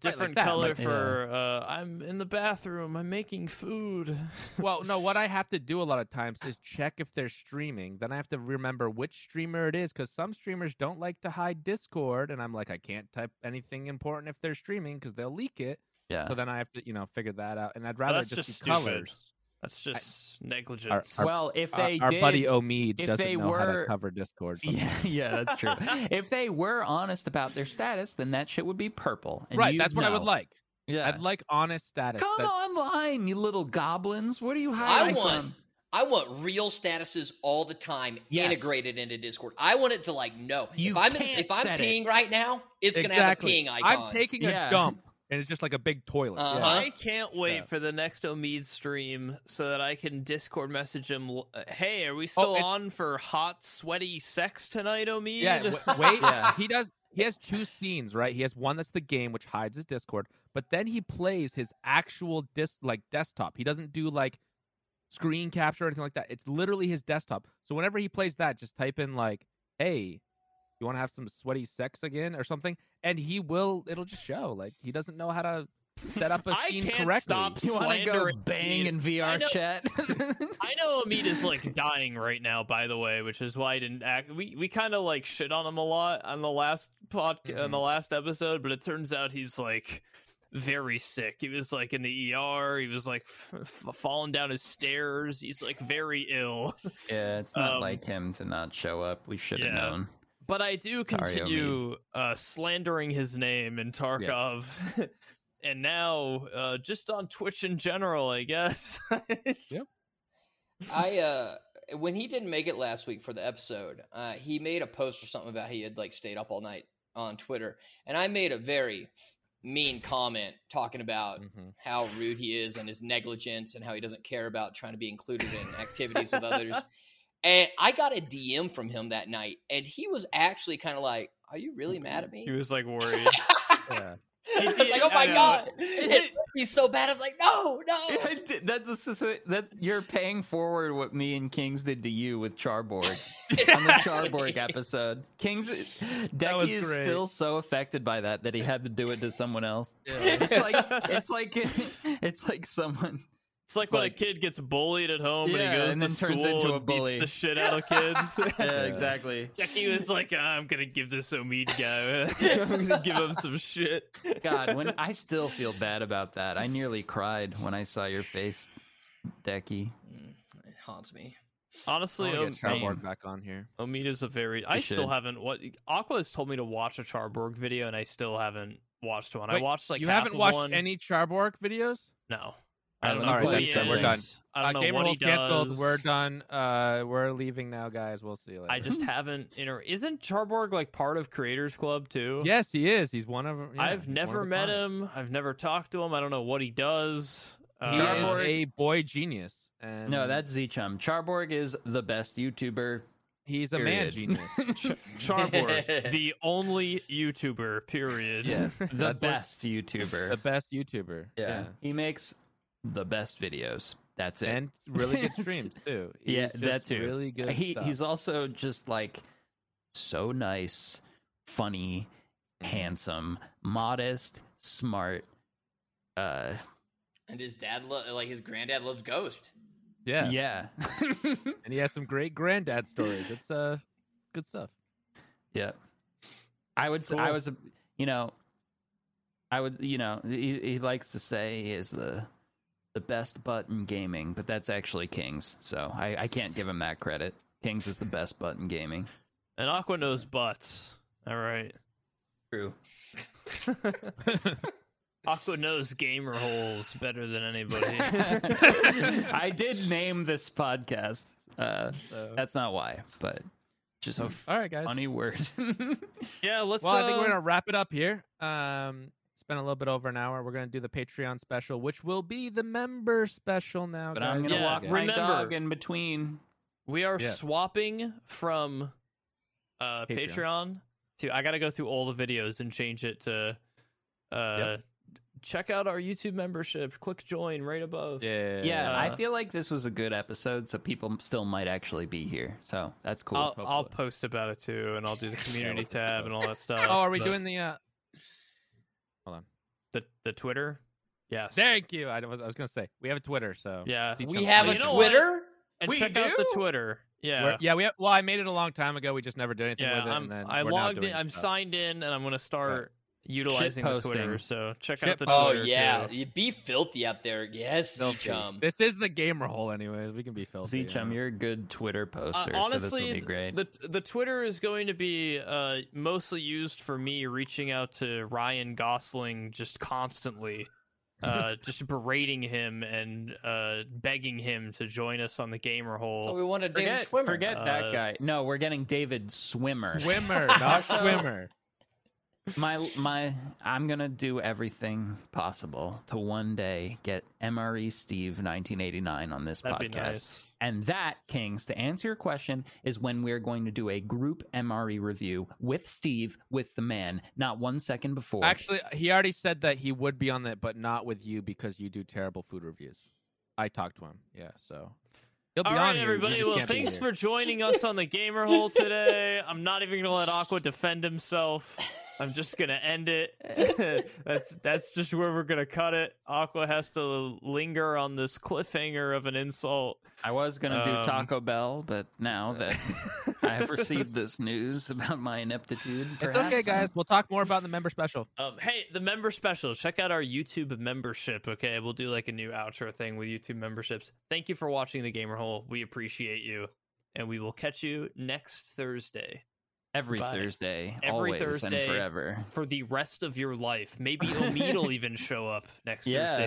Different
that,
color
like-
for uh, I'm in the bathroom. I'm making food.
well, no. What I have to do a lot of times is check if they're streaming. Then I have to remember which streamer it is because some streamers don't like to hide Discord, and I'm like, I can't type anything important if they're streaming because they'll leak it.
Yeah.
So then I have to, you know, figure that out. And I'd rather
that's
it just,
just
be
stupid.
colors.
That's just negligence.
our-
well, if they
Uh, our, our
did,
buddy Omid
if
doesn't
they
know how to
were-
cover Discord.
yeah, yeah, that's true. if they were honest about their status, then that shit would be purple. and
right.
you'd
That's what I would
know.
like.
Yeah.
I'd like honest status.
Come
That's-
online, you little goblins. What are you
I
hiding
want
from?
I want real statuses all the time
Yes.
integrated into Discord. I want it to like know
You
if I'm in,
can't
if I'm
set it.
peeing right now, it's gonna have a
Exactly.
peeing icon.
I'm taking
Yeah.
a dump, and it's just like a big toilet. Yeah.
Uh-huh.
I can't wait for the next Omid stream so that I can Discord message him. l- uh, Hey,
Oh,
are we still
it's-
on for hot, sweaty sex tonight, Omid?
Yeah, w- wait.
Yeah.
He does. He has two scenes, right? He has one that's the game, which hides his Discord, but then he plays his actual dis like desktop. He doesn't do like screen capture or anything like that. It's literally his desktop. So whenever he plays that, just type in like, "Hey, you want to have some sweaty sex again?" or something, and he will. It'll just show. Like he doesn't know how to set up a
I
scene
can't
correctly.
stop
You want to go
slandering
bang
Omid.
in
I
VR
know-
chat?
I know Amit is like dying right now, by the way, which is why I didn't act. We we kind of like shit on him a lot on the last pod uh, on the last episode, but it turns out he's like very sick. He was like in the ER. He was like f- f- falling down his stairs. He's like very ill.
yeah, it's not
Um,
like him to not show up. We should have
yeah.
known.
But I do
Sorry,
continue uh, slandering his name and Tarkov. And now, uh, just on Twitch in general, I guess.
I uh when he didn't make it last week for the episode, uh he made a post or something about he had like stayed up all night on Twitter. And I made a very mean comment talking about
Mhm.
how rude he is and his negligence and how he doesn't care about trying to be included in activities with others. And I got a DM from him that night and he was actually kind of like, "Are you really mad at me?"
he was like worried.
Yeah.
I was
did,
like, "Oh
I
my
know.
god. He's so bad." I was like, "No, no."
I did- that, this is a- that- you're paying forward what me and Kings did to you with Charborg on the Charborg episode. Kings Decky
was
is
great.
still so affected by that that he had to do it to someone else. It's like it's like it's like someone.
It's like when a
Like-
kid gets bullied at home and
Yeah,
he goes
and
to
then
school
turns into a
and beats
bully.
the shit out of kids.
Yeah, exactly.
He was like, "Ah, I'm gonna give this Omid guy. I'm gonna give him some shit.
God, when I still feel bad about that. I nearly cried when I saw your face, Decky.
Mm, It haunts me.
Honestly,
I wanna
Om-
get Starborg
Same.
back on here.
Omid is a very. I still
should.
haven't. What Aqua has told me to watch a Charborg video, and I still haven't watched one. I
Wait,
watched like
you
half
haven't
of
watched
one.
any Charborg videos?
No,
All
I
right,
don't
let
know. who
me tell
he
you something.
is.
We're done.
I don't
uh,
know
Gamer
what he
Hole's canceled.
does.
We're done. Uh, we're leaving now, guys. We'll see you later.
I just haven't. Inter- Isn't Charborg like part of Creators Club too?
yes, he is. He's one of. yeah,
I've
he's one
never
of the
met
finest.
him. I've never talked to him. I don't know what he does.
He
Uh,
is
Charborg-
a boy genius. And
No, that's Z-Chum. Charborg is the best YouTuber.
he's a man
period.
genius.
Charborg, the only YouTuber. Period.
The best YouTuber.
the best YouTuber.
Yeah. He makes the best videos. That's it.
and really good
Yes.
streams too.
yeah,
He's
that
just
too. Uh,
Really good.
He
stuff.
he's also just like so nice, funny, handsome, modest, smart. Uh
And his dad, lo- like his granddad, loves Ghost.
yeah.
yeah.
yeah,
Yeah.
and he has some great granddad stories. It's uh, good stuff.
I would s I
Cool.
was a- you know I would you know he, he likes to say he is the the best butt in gaming, but that's actually Kings. So I, I can't give him that credit. Kings is the best butt in gaming.
And Aqua knows butts. All right.
True.
Aqua knows gamer holes better than anybody.
I did name this podcast. Uh, That's not why, but Just a
All right, guys.
funny word.
Yeah, let's.
Well, I think
uh,
we're gonna wrap it up here. Um, it's been a little bit over an hour. We're gonna do the Patreon special, which will be the member special now.
but I'm
guys.
gonna
Yeah,
walk my
remember-
dog in between.
we are
Yes.
swapping from uh, Patreon.
Patreon.
to. I got to go through all the videos and change it to. Uh, Check out our YouTube membership. Click join right above.
Yeah.
Yeah,
Uh,
I feel like this was a good episode, so people still might actually be here. So that's cool.
I'll, I'll
hopefully.
post about it too, and I'll do the community
let's
tab and all that stuff.
Oh, are we
but
doing the? uh Hold on.
the the Twitter? Yes.
Thank you. I was I was gonna say we have a Twitter, so
Yeah.
Teach
We
them
have
how
a
to use it.
know what?
Twitter.
And
We
check out the
do?
Twitter. Yeah.
We're- yeah, we have, well, I made it a long time ago. We just never did anything
yeah.
with it.
I'm,
and then
I
we're now
logged in.
doing
I'm
stuff.
signed in, and I'm gonna start utilizing the
Shit
Twitter.
posting.
So check
Shit
out the
posting.
Oh
Twitter.
yeah,
too.
you be filthy out there. Yes,
Filthy.
chum.
This is the gamer hole, anyways. We can be filthy. you
Zeechum,
know.
you're a good Twitter
Uh,
poster, so this
honestly,
will be great.
the the Twitter is going to be uh, mostly used for me reaching out to Ryan Gosling just constantly, uh, just berating him and uh, begging him to join us on the gamer
So
hole.
we want a David
forget
Schwimmer.
forget
Uh,
that guy. No, we're getting David Swimmer.
swimmer, not
Also-
swimmer.
my my I'm gonna do everything possible to one day get MRE Steve 1989 on this
That'd
podcast.
be nice.
And that, Kings, to answer your question, is when we're going to do a group MRE review with Steve, with the man, not one second before.
Actually, he already said that he would be on that, but not with you because you do terrible food reviews. I talked to him. Yeah, so he'll be
All
on
right,
here, you
everybody.
just
Well,
can't be
thanks
here.
for joining us on the gamer hole today. I'm not even gonna let Aqua defend himself. I'm just gonna end it. that's that's just where we're gonna cut it. Aqua has to linger on this cliffhanger of an insult.
I was
um,
gonna
uh,
do Taco Bell, but now that I have received this news about my ineptitude,
It's
perhaps,
okay, guys. We'll talk more about the member special.
Um, hey, the member special. Check out our YouTube membership. Okay, we'll do like a new outro thing with YouTube memberships. Thank you for watching the Gamer Hole. We appreciate you, and we will catch you next Thursday
every
Bye.
Thursday,
Every
always
Thursday.
and forever.
for the rest of your life. Maybe Omid will even show up next
Yeah,
Thursday